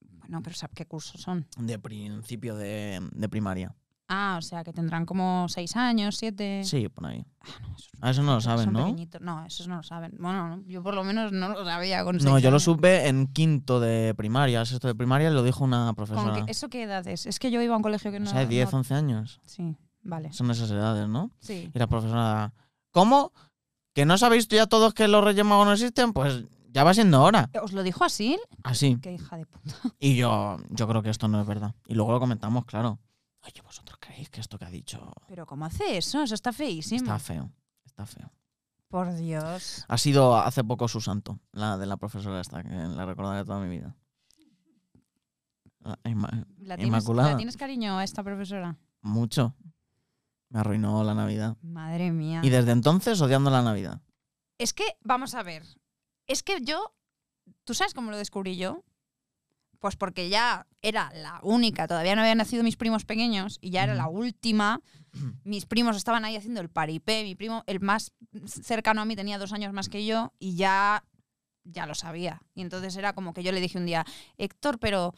Speaker 1: Bueno, pero ¿sabes qué cursos son?
Speaker 2: De principio de, de primaria.
Speaker 1: Ah, o sea, que tendrán como seis años, siete.
Speaker 2: Sí, por ahí.
Speaker 1: Ah, no, esos
Speaker 2: A eso no lo saben,
Speaker 1: son
Speaker 2: ¿no?
Speaker 1: pequeñitos. No, esos no lo saben. Bueno, no, yo por lo menos no lo sabía con
Speaker 2: No,
Speaker 1: seis
Speaker 2: yo lo
Speaker 1: años.
Speaker 2: supe en quinto de primaria, sexto de primaria, lo dijo una
Speaker 1: ¿Con
Speaker 2: profesora.
Speaker 1: qué- ¿Eso qué edad es? Es que yo iba a un colegio que no...
Speaker 2: o sea, 10,
Speaker 1: no-
Speaker 2: 11 años.
Speaker 1: Sí, vale.
Speaker 2: Son esas edades, ¿no?
Speaker 1: Sí.
Speaker 2: Y la profesora. ¿Cómo? ¿Que no sabéis ya todos que los Reyes Magos no existen? Pues ya va siendo hora.
Speaker 1: ¿Os lo dijo así?
Speaker 2: Así.
Speaker 1: Qué hija de puta.
Speaker 2: Y yo, yo creo que esto no es verdad. Y luego lo comentamos, claro. Oye, ¿vosotros creéis que esto que ha dicho
Speaker 1: ¿Pero cómo hace eso? Eso está feísimo.
Speaker 2: está feo? Está feo.
Speaker 1: Por Dios.
Speaker 2: Ha sido hace poco su santo, la de la profesora esta, que la recordaré toda mi vida. Ah, La- inma-
Speaker 1: ¿La tienes,
Speaker 2: Inmaculada.
Speaker 1: ¿la tienes cariño a esta profesora?
Speaker 2: Mucho. Me arruinó la Navidad.
Speaker 1: Madre mía.
Speaker 2: Y desde entonces odiando la Navidad.
Speaker 1: Es que, vamos a ver. Es que yo. ¿Tú sabes cómo lo descubrí yo? Pues porque ya era la única, todavía no habían nacido mis primos pequeños y ya era
Speaker 2: Ujú.
Speaker 1: la última.
Speaker 2: Ujú.
Speaker 1: Mis primos estaban ahí haciendo el paripé. Mi primo, el más cercano a mí, tenía dos años más que yo y ya, ya lo sabía. Y entonces era como que yo le dije un día, Héctor, pero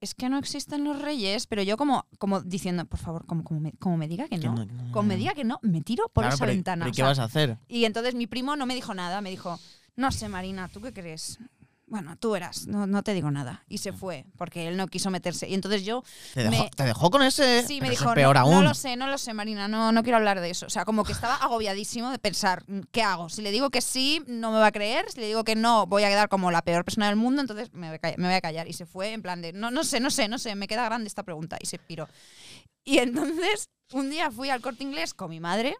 Speaker 1: es que no existen los reyes. Pero yo, como, como diciendo, por favor, como, como, me, como me diga que
Speaker 2: Que
Speaker 1: no,
Speaker 2: no- no-
Speaker 1: como me diga que no, me tiro por
Speaker 2: Claro,
Speaker 1: esa
Speaker 2: pero-
Speaker 1: ventana. O
Speaker 2: pero ¿y qué
Speaker 1: sea,
Speaker 2: vas a hacer?
Speaker 1: y entonces mi primo no me dijo nada, me dijo, no sé, Marina, ¿tú qué crees? Bueno, tú eras, no, no te digo nada. Y se fue, porque él no quiso meterse. Y entonces yo,
Speaker 2: ¿Te dejó,
Speaker 1: me-
Speaker 2: te dejó con ese?
Speaker 1: sí,
Speaker 2: Pero
Speaker 1: me
Speaker 2: eso es
Speaker 1: dijo, "No-
Speaker 2: peor
Speaker 1: no,
Speaker 2: aún.
Speaker 1: lo sé, no lo sé, Marina, no, no quiero hablar de eso. O sea, como que estaba agobiadísimo de pensar, "Mm, ¿qué hago? Si le digo que sí, no me va a creer. Si le digo que no, voy a quedar como la peor persona del mundo, entonces me voy a callar. me voy a callar". Y se fue en plan de, no, no sé, no sé, no sé, me queda grande esta pregunta. Y se piró. Y entonces, un día fui al corte inglés con mi madre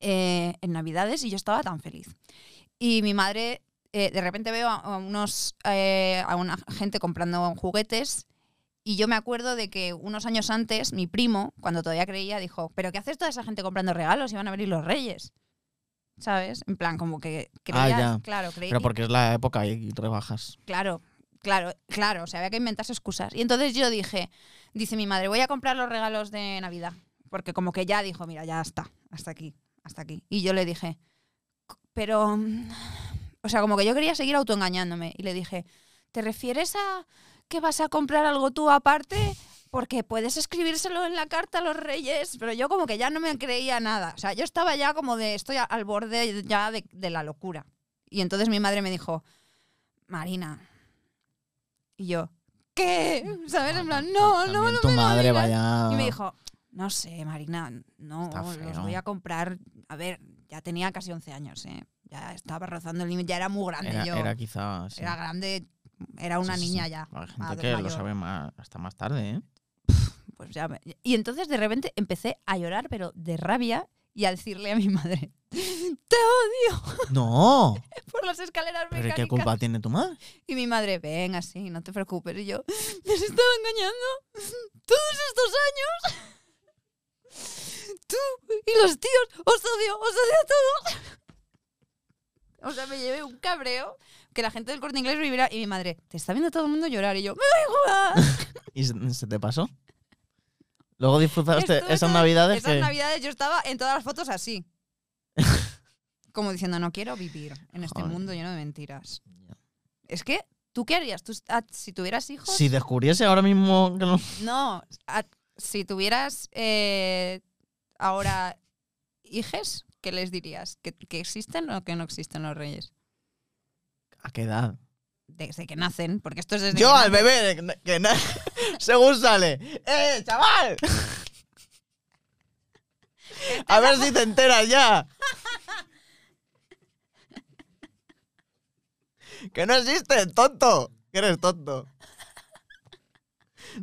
Speaker 1: eh, en Navidades y yo estaba tan feliz. Y mi madre, eh, de repente veo a, a unos, eh, a una gente comprando juguetes. Y yo me acuerdo de que unos años antes, mi primo, cuando todavía creía, dijo: ¿Pero qué haces toda esa gente comprando regalos? Y van a venir los reyes. ¿Sabes? En plan, como que creía.
Speaker 2: Ah, ya.
Speaker 1: Claro, creía.
Speaker 2: Pero porque es la época y rebajas.
Speaker 1: Claro, claro, claro. O sea, había que inventarse excusas. Y entonces yo dije, dice mi madre, voy a comprar los regalos de Navidad. Porque como que ya dijo, mira, ya está, hasta aquí, hasta aquí. Y yo le dije, "C- pero... mm, O sea, como que yo quería seguir autoengañándome. Y le dije, ¿te refieres a que vas a comprar algo tú aparte? Porque puedes escribírselo en la carta a los reyes, pero yo como que ya no me creía nada. O sea, yo estaba ya como de, estoy a- al borde ya de- de la locura. Y entonces mi madre me dijo, Marina. Y yo, ¿qué? ¿Sabes? En plan, no, no,
Speaker 2: Ah, También
Speaker 1: no.
Speaker 2: tu
Speaker 1: me lo
Speaker 2: madre,
Speaker 1: digas".
Speaker 2: vaya.
Speaker 1: Y me dijo, no sé, Marina, no,
Speaker 2: Ah. Está
Speaker 1: los
Speaker 2: feo.
Speaker 1: voy a comprar. A ver, ya tenía casi 11 años, ¿eh? ya estaba rozando el límite, ya era muy grande
Speaker 2: Era,
Speaker 1: yo.
Speaker 2: era quizá. sí.
Speaker 1: Era grande, era una
Speaker 2: Sí, sí,
Speaker 1: niña
Speaker 2: sí.
Speaker 1: ya.
Speaker 2: Hay gente
Speaker 1: mayor.
Speaker 2: que lo sabe más, hasta más tarde, ¿eh?
Speaker 1: Pues ya me- Y entonces de repente empecé a llorar, pero de rabia, y a decirle a mi madre, te odio
Speaker 2: ¡No!
Speaker 1: por las escaleras
Speaker 2: ¿Pero ¿y
Speaker 1: mecánicas.
Speaker 2: qué culpa tiene tu madre?
Speaker 1: Y mi madre, ven así, no te preocupes. Y yo, me has estado engañando todos estos años. Tú y los tíos, os odio, os odio a todos. O sea, me llevé un cabreo que la gente del corte inglés viviera. Y mi madre, te está viendo todo el mundo llorar. Y yo, me da igual.
Speaker 2: ¿Y se, se te pasó? Luego disfrutaste
Speaker 1: Estuve
Speaker 2: esas
Speaker 1: todas-
Speaker 2: navidades
Speaker 1: Esas
Speaker 2: que-
Speaker 1: navidades yo estaba en todas las fotos así. Como diciendo, no quiero vivir en este
Speaker 2: Joder.
Speaker 1: mundo lleno de mentiras.
Speaker 2: Ya.
Speaker 1: Es que, ¿tú qué harías? ¿Tú, ah, si tuvieras hijos,
Speaker 2: Si descubriese ahora mismo que no...
Speaker 1: No, a- si tuvieras eh, ahora hijes, ¿qué les dirías? ¿Que, que existen o que no existen los reyes?
Speaker 2: ¿A qué edad?
Speaker 1: Desde que nacen, porque esto es desde que
Speaker 2: Yo al
Speaker 1: nacen.
Speaker 2: bebé, de- de- que na- según sale. ¡Eh, chaval! A ver si te enteras ya. Que no existe, tonto. Que eres tonto.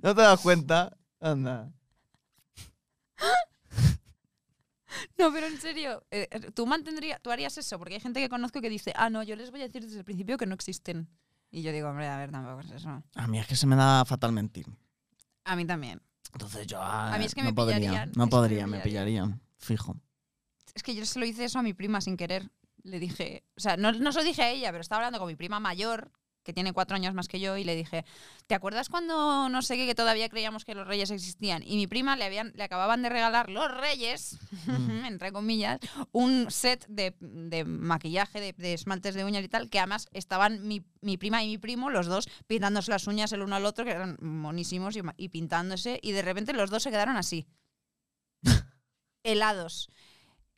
Speaker 2: ¿No te das cuenta? Anda.
Speaker 1: No, pero en serio, eh, tú mantendrías, tú harías eso, porque hay gente que conozco que dice, ah, no, yo les voy a decir desde el principio que no existen. Y yo digo, hombre, a ver, tampoco es eso.
Speaker 2: A mí es que se me da fatal mentir.
Speaker 1: A mí también.
Speaker 2: Entonces yo ah,
Speaker 1: A mí es que
Speaker 2: no
Speaker 1: me
Speaker 2: podría,
Speaker 1: pillarían, es
Speaker 2: no
Speaker 1: que
Speaker 2: podría,
Speaker 1: me
Speaker 2: me pillarían, fijo.
Speaker 1: Es que yo se lo hice eso a mi prima sin querer. Le dije, o sea, no, no se lo dije a ella, pero estaba hablando con mi prima mayor, que tiene cuatro años más que yo, y le dije, ¿te acuerdas cuando no sé qué, que todavía creíamos que los reyes existían? Y mi prima le, habían, le acababan de regalar los reyes,
Speaker 2: Mm.
Speaker 1: entre comillas, un set de, de maquillaje, de, de esmaltes de uñas y tal, que además estaban mi, mi prima y mi primo, los dos, pintándose las uñas el uno al otro, que eran monísimos, y, ma- y pintándose, y de repente los dos se quedaron así, helados.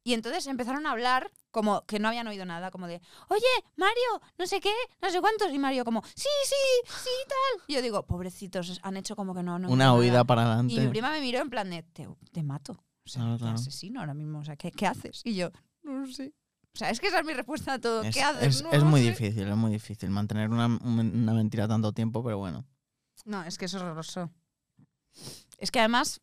Speaker 1: Y entonces empezaron a hablar como que no habían oído nada, como de, oye, Mario, no sé qué, no sé cuántos. Y Mario como, sí, sí, sí, tal. Y yo digo, pobrecitos, han hecho como que no. no
Speaker 2: Una
Speaker 1: oído
Speaker 2: huida para
Speaker 1: Y mi
Speaker 2: adelante.
Speaker 1: prima me miró en plan de, te, te mato. O sea,
Speaker 2: Claro,
Speaker 1: te
Speaker 2: claro.
Speaker 1: asesino ahora mismo. O sea, ¿qué, qué haces? Y yo, no sé. O sea, es que esa es mi respuesta a todo.
Speaker 2: Es,
Speaker 1: ¿Qué haces?
Speaker 2: es-
Speaker 1: No
Speaker 2: es
Speaker 1: lo
Speaker 2: muy
Speaker 1: sé.
Speaker 2: difícil, es muy difícil mantener una, una mentira tanto tiempo, pero bueno.
Speaker 1: No, es que es horroroso. Es que además,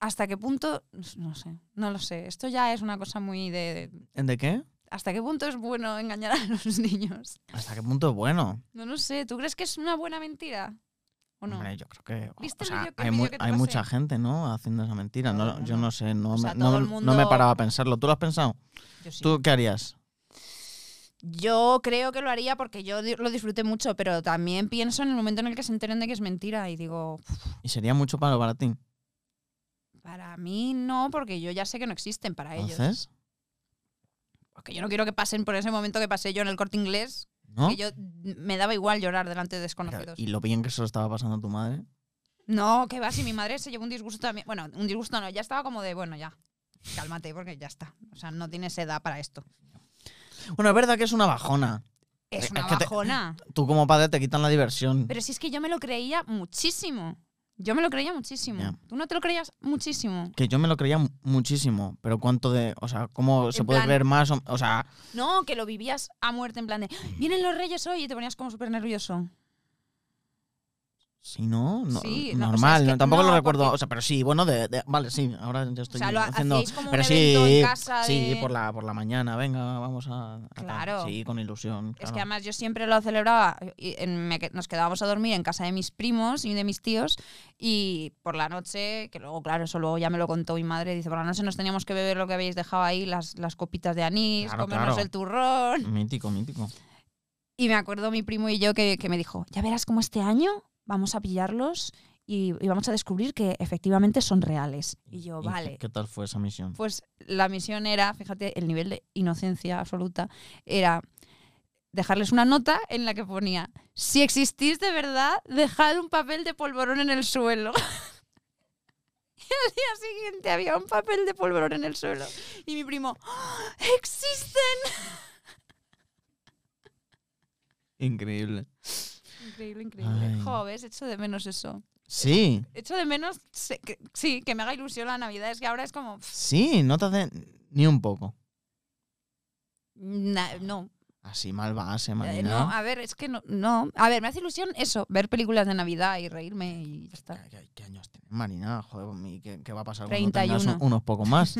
Speaker 1: ¿hasta qué punto? No sé, no lo sé. Esto ya es una cosa muy de... de-
Speaker 2: ¿De qué?
Speaker 1: ¿Hasta qué punto es bueno engañar a los niños?
Speaker 2: ¿Hasta qué punto es bueno?
Speaker 1: No lo sé, ¿tú crees que es una buena mentira? ¿O no?
Speaker 2: Hombre, yo creo que. o-
Speaker 1: ¿Viste
Speaker 2: o
Speaker 1: el
Speaker 2: sea,
Speaker 1: vídeo que-
Speaker 2: hay
Speaker 1: el vídeo
Speaker 2: mu-
Speaker 1: que te
Speaker 2: hay
Speaker 1: pasé?
Speaker 2: mucha gente, ¿no? Haciendo esa mentira.
Speaker 1: Todo
Speaker 2: No,
Speaker 1: el
Speaker 2: yo
Speaker 1: mundo.
Speaker 2: no sé, no,
Speaker 1: O sea,
Speaker 2: me,
Speaker 1: todo
Speaker 2: no,
Speaker 1: el
Speaker 2: no
Speaker 1: mundo-
Speaker 2: me paraba a pensarlo. ¿Tú lo has pensado?
Speaker 1: Yo sí.
Speaker 2: ¿Tú qué harías?
Speaker 1: Yo creo que lo haría porque yo di- lo disfruté mucho, pero también pienso en el momento en el que se enteren de que es mentira y digo, "Pf,
Speaker 2: Y sería mucho palo para ti.
Speaker 1: para mí no, porque yo ya sé que no existen para ellos.
Speaker 2: Entonces,
Speaker 1: Porque yo no quiero que pasen por ese momento que pasé yo en el corte inglés,
Speaker 2: ¿no?
Speaker 1: que yo n- me daba igual llorar delante de desconocidos.
Speaker 2: Y lo bien que se lo estaba pasando a tu madre.
Speaker 1: No, que va, si mi madre se llevó un disgusto también. Bueno, un disgusto no, ya estaba como de, bueno, ya, cálmate porque ya está. O sea, no tienes edad para esto.
Speaker 2: Bueno, es verdad que es una bajona.
Speaker 1: Es
Speaker 2: Eh, Es
Speaker 1: una
Speaker 2: que te-
Speaker 1: bajona.
Speaker 2: Tú como padre te quitan la diversión.
Speaker 1: Pero si es que yo me lo creía muchísimo. Yo me lo creía muchísimo.
Speaker 2: Ya.
Speaker 1: Tú no te lo creías muchísimo.
Speaker 2: Que yo me lo creía mu- muchísimo. Pero cuánto de. O sea, ¿cómo se
Speaker 1: En
Speaker 2: puede
Speaker 1: plan-
Speaker 2: creer más? O, o sea,
Speaker 1: No, que lo vivías a muerte en plan de
Speaker 2: Mm.
Speaker 1: vienen los reyes hoy y te ponías como súper nervioso.
Speaker 2: si no, no-
Speaker 1: Sí, no, o sea,
Speaker 2: normal.
Speaker 1: es que
Speaker 2: no- tampoco
Speaker 1: no,
Speaker 2: lo recuerdo.
Speaker 1: porque-
Speaker 2: O sea, pero sí, bueno, de, de- vale, sí. Ahora ya estoy
Speaker 1: o sea, lo ha-
Speaker 2: haciendo.
Speaker 1: hacíais como un
Speaker 2: Pero
Speaker 1: evento
Speaker 2: sí,
Speaker 1: en casa
Speaker 2: sí,
Speaker 1: de-
Speaker 2: por la por la mañana, venga, vamos a, a tal.
Speaker 1: Claro.
Speaker 2: Sí, con ilusión.
Speaker 1: Es
Speaker 2: claro.
Speaker 1: que además yo siempre lo celebraba. y en- me que- nos quedábamos a dormir en casa de mis primos y de mis tíos. Y por la noche, que luego, claro, eso luego ya me lo contó mi madre. Dice: Por la noche nos teníamos que beber lo que habéis dejado ahí, las, las copitas de anís,
Speaker 2: Claro,
Speaker 1: comernos
Speaker 2: claro.
Speaker 1: el turrón.
Speaker 2: mítico, mítico.
Speaker 1: Y me acuerdo mi primo y yo que, que me dijo, ya verás cómo este año vamos a pillarlos y, y vamos a descubrir que efectivamente son reales. Y yo,
Speaker 2: qué-
Speaker 1: vale.
Speaker 2: ¿Qué tal fue esa misión?
Speaker 1: Pues la misión era, fíjate, el nivel de inocencia absoluta, era dejarles una nota en la que ponía, si existís de verdad, dejad un papel de polvorón en el suelo. y al día siguiente había un papel de polvorón en el suelo. Y mi primo, "¡Ah! ¡existen!
Speaker 2: Increíble.
Speaker 1: Increíble, increíble.
Speaker 2: Ay.
Speaker 1: Jo, ves, echo de menos eso.
Speaker 2: Sí,
Speaker 1: Echo de menos, se- que- sí, que me haga ilusión la Navidad. Es que ahora es como, pff,
Speaker 2: sí, no te hace ni un poco.
Speaker 1: Na- no,
Speaker 2: Así mal va, se
Speaker 1: Eh,
Speaker 2: marina.
Speaker 1: no, a ver, es que no, no. A ver, me hace ilusión eso, ver películas de Navidad y reírme y ya está.
Speaker 2: ¿Qué- ¿Qué, qué años tiene Marina? Joder, con mi- ¿qué, qué va a pasar cuando
Speaker 1: 31.
Speaker 2: tengas un- unos pocos más?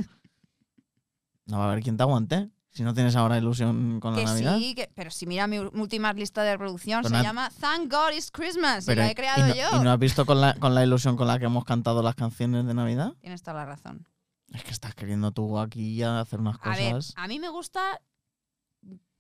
Speaker 2: No va a haber quien te aguante. Si no tienes ahora ilusión con la
Speaker 1: Que
Speaker 2: Navidad.
Speaker 1: sí, que, pero si mira mi u- última lista de reproducción,
Speaker 2: Pero
Speaker 1: se
Speaker 2: na-
Speaker 1: llama Thank God It's Christmas
Speaker 2: Pero,
Speaker 1: y la he creado
Speaker 2: y no,
Speaker 1: yo.
Speaker 2: ¿Y no has visto con la, con la ilusión con la que hemos cantado las canciones de Navidad?
Speaker 1: Tienes toda la razón.
Speaker 2: Es que estás queriendo tú aquí ya hacer unas
Speaker 1: A ver,
Speaker 2: cosas.
Speaker 1: a mí me gusta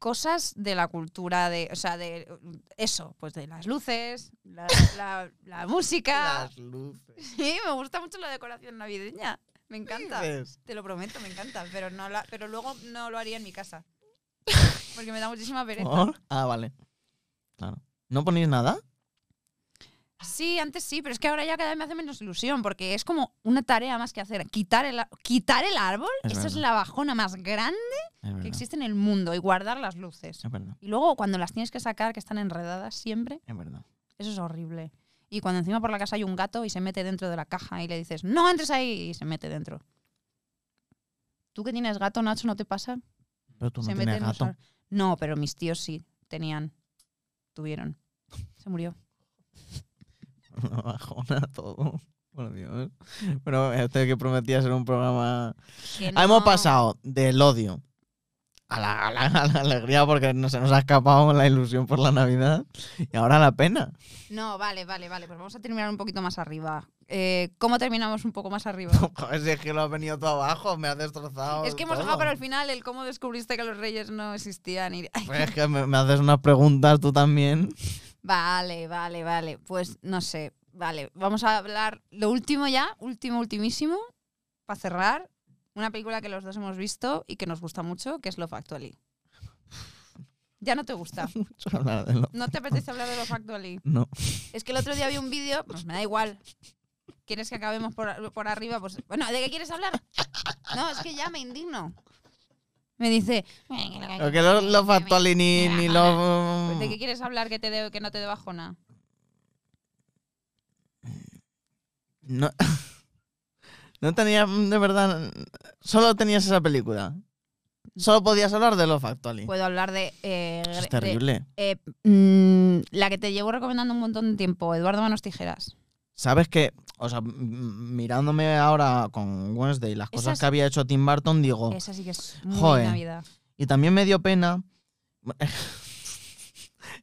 Speaker 1: cosas de la cultura, de, o sea, de eso, pues de las luces, la, la- la música.
Speaker 2: luces.
Speaker 1: Sí, me gusta mucho la decoración navideña. Me encanta. Te lo prometo, me encanta, pero no la- pero luego no lo haría en mi casa. Porque me da muchísima pereza.
Speaker 2: ¿Por? Ah, vale. Claro. ¿No ponéis nada?
Speaker 1: Sí, antes sí, pero es que ahora ya cada vez me hace menos ilusión, porque es como una tarea más que hacer. Quitar el, a- quitar el árbol,
Speaker 2: Es
Speaker 1: eso es
Speaker 2: verdad.
Speaker 1: la bajona más grande
Speaker 2: Es
Speaker 1: que
Speaker 2: verdad.
Speaker 1: existe en el mundo, y guardar las luces.
Speaker 2: Es verdad.
Speaker 1: Y luego cuando las tienes que sacar, que están enredadas siempre,
Speaker 2: Es verdad.
Speaker 1: eso es horrible. Y cuando encima por la casa hay un gato y se mete dentro de la caja y le dices, no entres ahí, y se mete dentro. ¿Tú que tienes gato, Nacho, no te pasa?
Speaker 2: Pero tú no
Speaker 1: se
Speaker 2: tienes
Speaker 1: meten los
Speaker 2: gato.
Speaker 1: ar- No, pero mis tíos sí tenían. Tuvieron. Se murió.
Speaker 2: Una bajona todo. Por Dios. Pero este que prometía ser un programa.
Speaker 1: Que
Speaker 2: Ah, Hemos
Speaker 1: no-
Speaker 2: pasado del odio a la, a la- a la alegría porque no se nos ha escapado la ilusión por la Navidad y ahora la pena.
Speaker 1: No, vale, vale, vale. Pues vamos a terminar un poquito más arriba. Eh, ¿Cómo terminamos un poco más arriba?
Speaker 2: Joder, si es que lo ha venido todo abajo, me ha destrozado.
Speaker 1: es que hemos
Speaker 2: todo.
Speaker 1: dejado para el final el cómo descubriste que los reyes no existían. y-
Speaker 2: Pues es que me, me haces unas preguntas tú también.
Speaker 1: Vale, vale, vale. Pues no sé. Vale, vamos a hablar lo último ya, último, ultimísimo, para cerrar. Una película que los dos hemos visto y que nos gusta mucho, que es Love Actually. Ya no te gusta.
Speaker 2: Mucho hablar de lo-
Speaker 1: No te apetece hablar de Love Actually.
Speaker 2: No.
Speaker 1: Es que el otro día vi un vídeo, pues me da igual. ¿Quieres que acabemos por, por arriba? Pues, bueno, ¿de qué quieres hablar? No, es que ya me indigno. Me dice,
Speaker 2: Lo que lo, lo factual y ni, ni lo. mm,
Speaker 1: ¿de qué quieres hablar que, te dé- que no te dé bajona?
Speaker 2: No, no tenía, mm, de verdad, solo tenías esa película. Solo podías hablar de lo Actually.
Speaker 1: Puedo hablar de... eh,
Speaker 2: Eso es
Speaker 1: Pues, de-
Speaker 2: terrible.
Speaker 1: eh, mm, la que te llevo recomendando un montón de tiempo, Eduardo Manos Tijeras.
Speaker 2: Sabes que, o sea, m- m- mirándome ahora con Wednesday las cosas
Speaker 1: Esas-
Speaker 2: que había hecho Tim Burton, digo,
Speaker 1: Esa sí que es muy
Speaker 2: Oh. Joder.
Speaker 1: Navidad.
Speaker 2: y también me dio pena.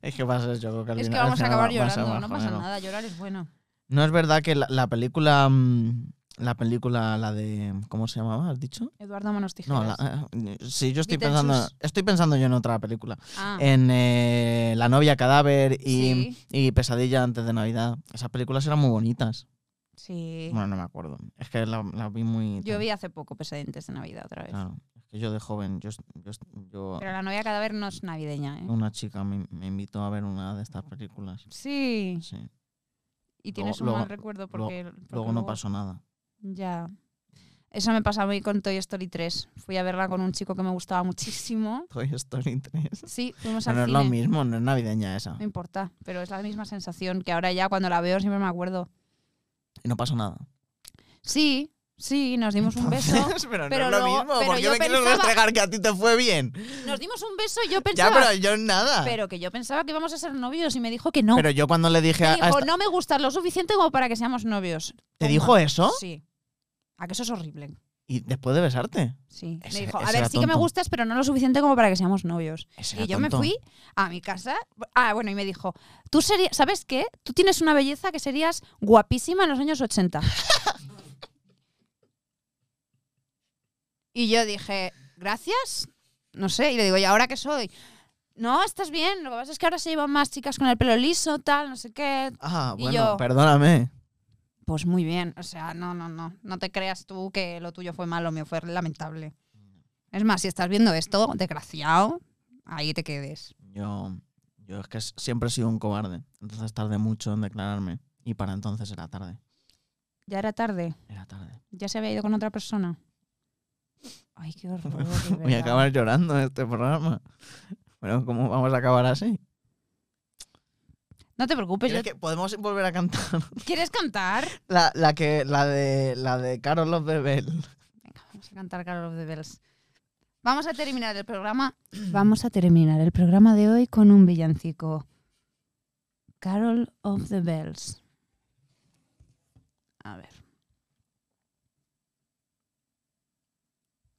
Speaker 2: es que va a ser yo creo que al
Speaker 1: Es que
Speaker 2: final- al
Speaker 1: vamos a
Speaker 2: final
Speaker 1: acabar
Speaker 2: va- va a ser
Speaker 1: llorando, no pasa
Speaker 2: bajonero.
Speaker 1: nada, llorar es bueno.
Speaker 2: No es verdad que la, la película, mm, la película, la de, ¿cómo se llamaba? ¿Has dicho?
Speaker 1: Eduardo Manos Tijeras.
Speaker 2: No, la- eh, sí, yo estoy
Speaker 1: Beetlejuice.
Speaker 2: pensando, estoy pensando yo en otra película.
Speaker 1: Ah.
Speaker 2: en eh, La novia cadáver y,
Speaker 1: Sí.
Speaker 2: y Pesadilla antes de Navidad. Esas películas eran muy bonitas.
Speaker 1: Sí.
Speaker 2: Bueno, no me acuerdo. Es que las vi muy...
Speaker 1: Yo vi hace poco Pesadentes de Navidad otra vez.
Speaker 2: Claro. Es que yo de joven, yo... yo- yo-
Speaker 1: Pero la novia cadáver no es navideña, ¿eh?
Speaker 2: una chica me, me invitó a ver una de estas películas.
Speaker 1: Sí.
Speaker 2: Sí.
Speaker 1: Y tienes un
Speaker 2: luego-
Speaker 1: mal recuerdo porque... porque
Speaker 2: Luego no pasó nada.
Speaker 1: Ya. Eso me pasa a mí con Toy Story 3. Fui a verla con un chico que me gustaba muchísimo.
Speaker 2: Toy Story 3.
Speaker 1: Sí, fuimos Pues al
Speaker 2: Pero no es
Speaker 1: cine.
Speaker 2: lo mismo, no es navideña esa.
Speaker 1: No importa, pero es la misma sensación que ahora ya cuando la veo siempre me acuerdo.
Speaker 2: Y no pasó nada.
Speaker 1: Sí, sí, nos dimos un beso.
Speaker 2: Entonces, pero no
Speaker 1: pero
Speaker 2: es lo
Speaker 1: luego-
Speaker 2: mismo.
Speaker 1: pero
Speaker 2: ¿Por qué
Speaker 1: yo
Speaker 2: me quieres
Speaker 1: pensaba-
Speaker 2: restregar que a ti te fue bien?
Speaker 1: Nos dimos un beso y yo
Speaker 2: Ya,
Speaker 1: pensaba...
Speaker 2: pero yo nada.
Speaker 1: pero que yo pensaba que íbamos a ser novios y me dijo que no.
Speaker 2: Pero yo cuando le dije a...
Speaker 1: Me
Speaker 2: a
Speaker 1: dijo,
Speaker 2: esta-
Speaker 1: no me gustas lo suficiente como para que seamos novios.
Speaker 2: ¿Te
Speaker 1: Toma.
Speaker 2: dijo eso?
Speaker 1: Sí. ¿A que eso es horrible?
Speaker 2: Y después de besarte.
Speaker 1: Sí.
Speaker 2: Ese-
Speaker 1: me dijo, a
Speaker 2: ese
Speaker 1: ver,
Speaker 2: era
Speaker 1: sí que me
Speaker 2: tonto.
Speaker 1: gustas, pero no lo suficiente como para que seamos novios.
Speaker 2: Ese
Speaker 1: Y
Speaker 2: era
Speaker 1: yo me
Speaker 2: tonto.
Speaker 1: fui a mi casa. Ah, bueno, y me dijo, tú serías, ¿sabes qué? Tú tienes una belleza que serías guapísima en los años 80. y yo dije, gracias. No sé, y le digo, ¿y ahora qué soy? No, estás bien. Lo que pasa es que ahora se llevan más chicas con el pelo liso, tal, no sé qué,
Speaker 2: Ah,
Speaker 1: Y
Speaker 2: bueno,
Speaker 1: yo-
Speaker 2: perdóname.
Speaker 1: Pues muy bien, o sea, no, no, no, no te creas tú que lo tuyo fue malo, mío fue lamentable.
Speaker 2: Mm.
Speaker 1: Es más, si estás viendo esto, desgraciado, ahí te quedes.
Speaker 2: Yo, yo es que s- siempre he sido un cobarde. Entonces tardé mucho en declararme. Y para entonces era tarde.
Speaker 1: Ya era tarde,
Speaker 2: Era tarde.
Speaker 1: ya se había ido con otra persona. Ay, qué horror. de
Speaker 2: Voy a
Speaker 1: verdad.
Speaker 2: acabar llorando en este programa. Bueno, ¿cómo vamos a acabar así?
Speaker 1: No te preocupes, Pues yo-
Speaker 2: ¿Quieres que podemos volver a cantar
Speaker 1: ¿quieres cantar?
Speaker 2: la, la que la de la de Carol of the Bell.
Speaker 1: Venga, vamos a cantar Carol of the Bells. Vamos a terminar el programa. Vamos a terminar el programa de hoy con un villancico. Carol of the Bells. A ver.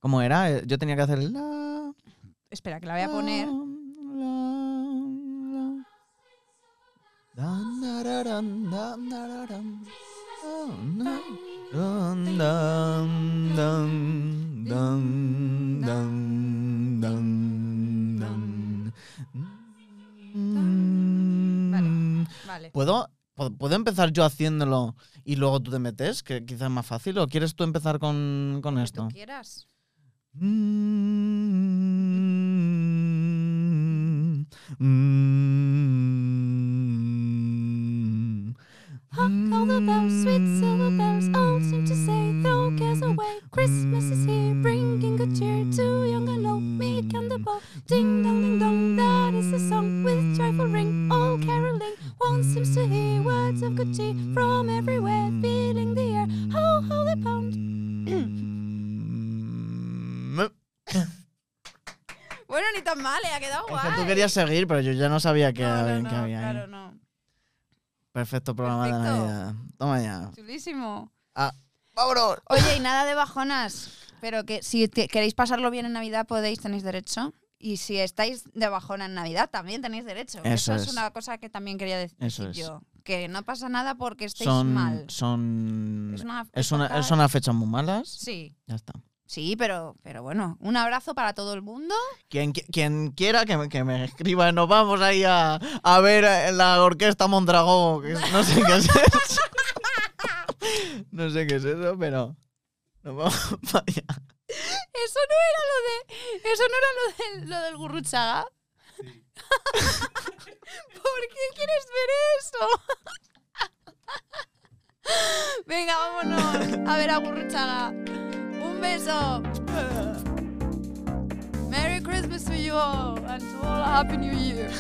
Speaker 2: ¿Cómo era? Eh, Yo tenía que hacer el... la,
Speaker 1: Espera, que la voy a poner.
Speaker 2: la, la. Dan, dararan, dan, dararan. Dan, dan, dan, dan, dan, dan, dan, dan.
Speaker 1: Vale. Vale.
Speaker 2: ¿Puedo, pu- ¿Puedo empezar yo haciéndolo y luego tú te metes? Que quizás es más fácil. ¿O quieres tú empezar con, con
Speaker 1: Lo que tú
Speaker 2: esto?
Speaker 1: quieras.
Speaker 4: All the bells, sweet silver bells, all seem to say, throw cares
Speaker 2: Mm-hmm.
Speaker 4: away. Christmas is here, bringing good cheer to young and old, meek and the bold. Ding dong, ding dong, that is the song with joyful ring, all caroling. One seems to hear words of good cheer from everywhere, filling the air. Ho, holy pound!
Speaker 2: Mm, eh.
Speaker 1: Bueno, ni tan mal, ¿eh? ha quedado
Speaker 2: Es que
Speaker 1: guay.
Speaker 2: tú querías seguir, pero yo ya no sabía que,
Speaker 1: No,
Speaker 2: era
Speaker 1: no,
Speaker 2: bien
Speaker 1: no,
Speaker 2: que había ahí.
Speaker 1: Claro, no.
Speaker 2: Perfecto programa de
Speaker 1: Perfecto.
Speaker 2: Navidad. Toma ya.
Speaker 1: Chulísimo.
Speaker 2: Ah, ¡Vámonos!
Speaker 1: Oye, y nada de bajonas. Pero que si te- queréis pasarlo bien en Navidad, podéis, tenéis derecho. Y si estáis de bajona en Navidad, también tenéis derecho.
Speaker 2: Eso
Speaker 1: es.
Speaker 2: es.
Speaker 1: una cosa que también quería decir
Speaker 2: Eso es.
Speaker 1: yo. Que no pasa nada porque estéis
Speaker 2: Son,
Speaker 1: mal.
Speaker 2: son,
Speaker 1: Es una
Speaker 2: es una,
Speaker 1: época-
Speaker 2: es una fecha muy malas.
Speaker 1: Sí,
Speaker 2: Ya está.
Speaker 1: sí, pero, pero bueno. Un abrazo para todo el mundo.
Speaker 2: Quien, qui- quien quiera que me, que me escriba, nos vamos ahí a, a ver eh, la orquesta Mondragón. que es- No sé qué es eso. No sé qué es eso, pero. Nos vamos para allá.
Speaker 1: Eso no era lo de. Eso no era lo del, lo del gurruchaga. ¿Por qué quieres ver eso? Venga, vámonos a ver a Gurruchaga. Un beso. Merry Christmas to you all and to all a happy new year.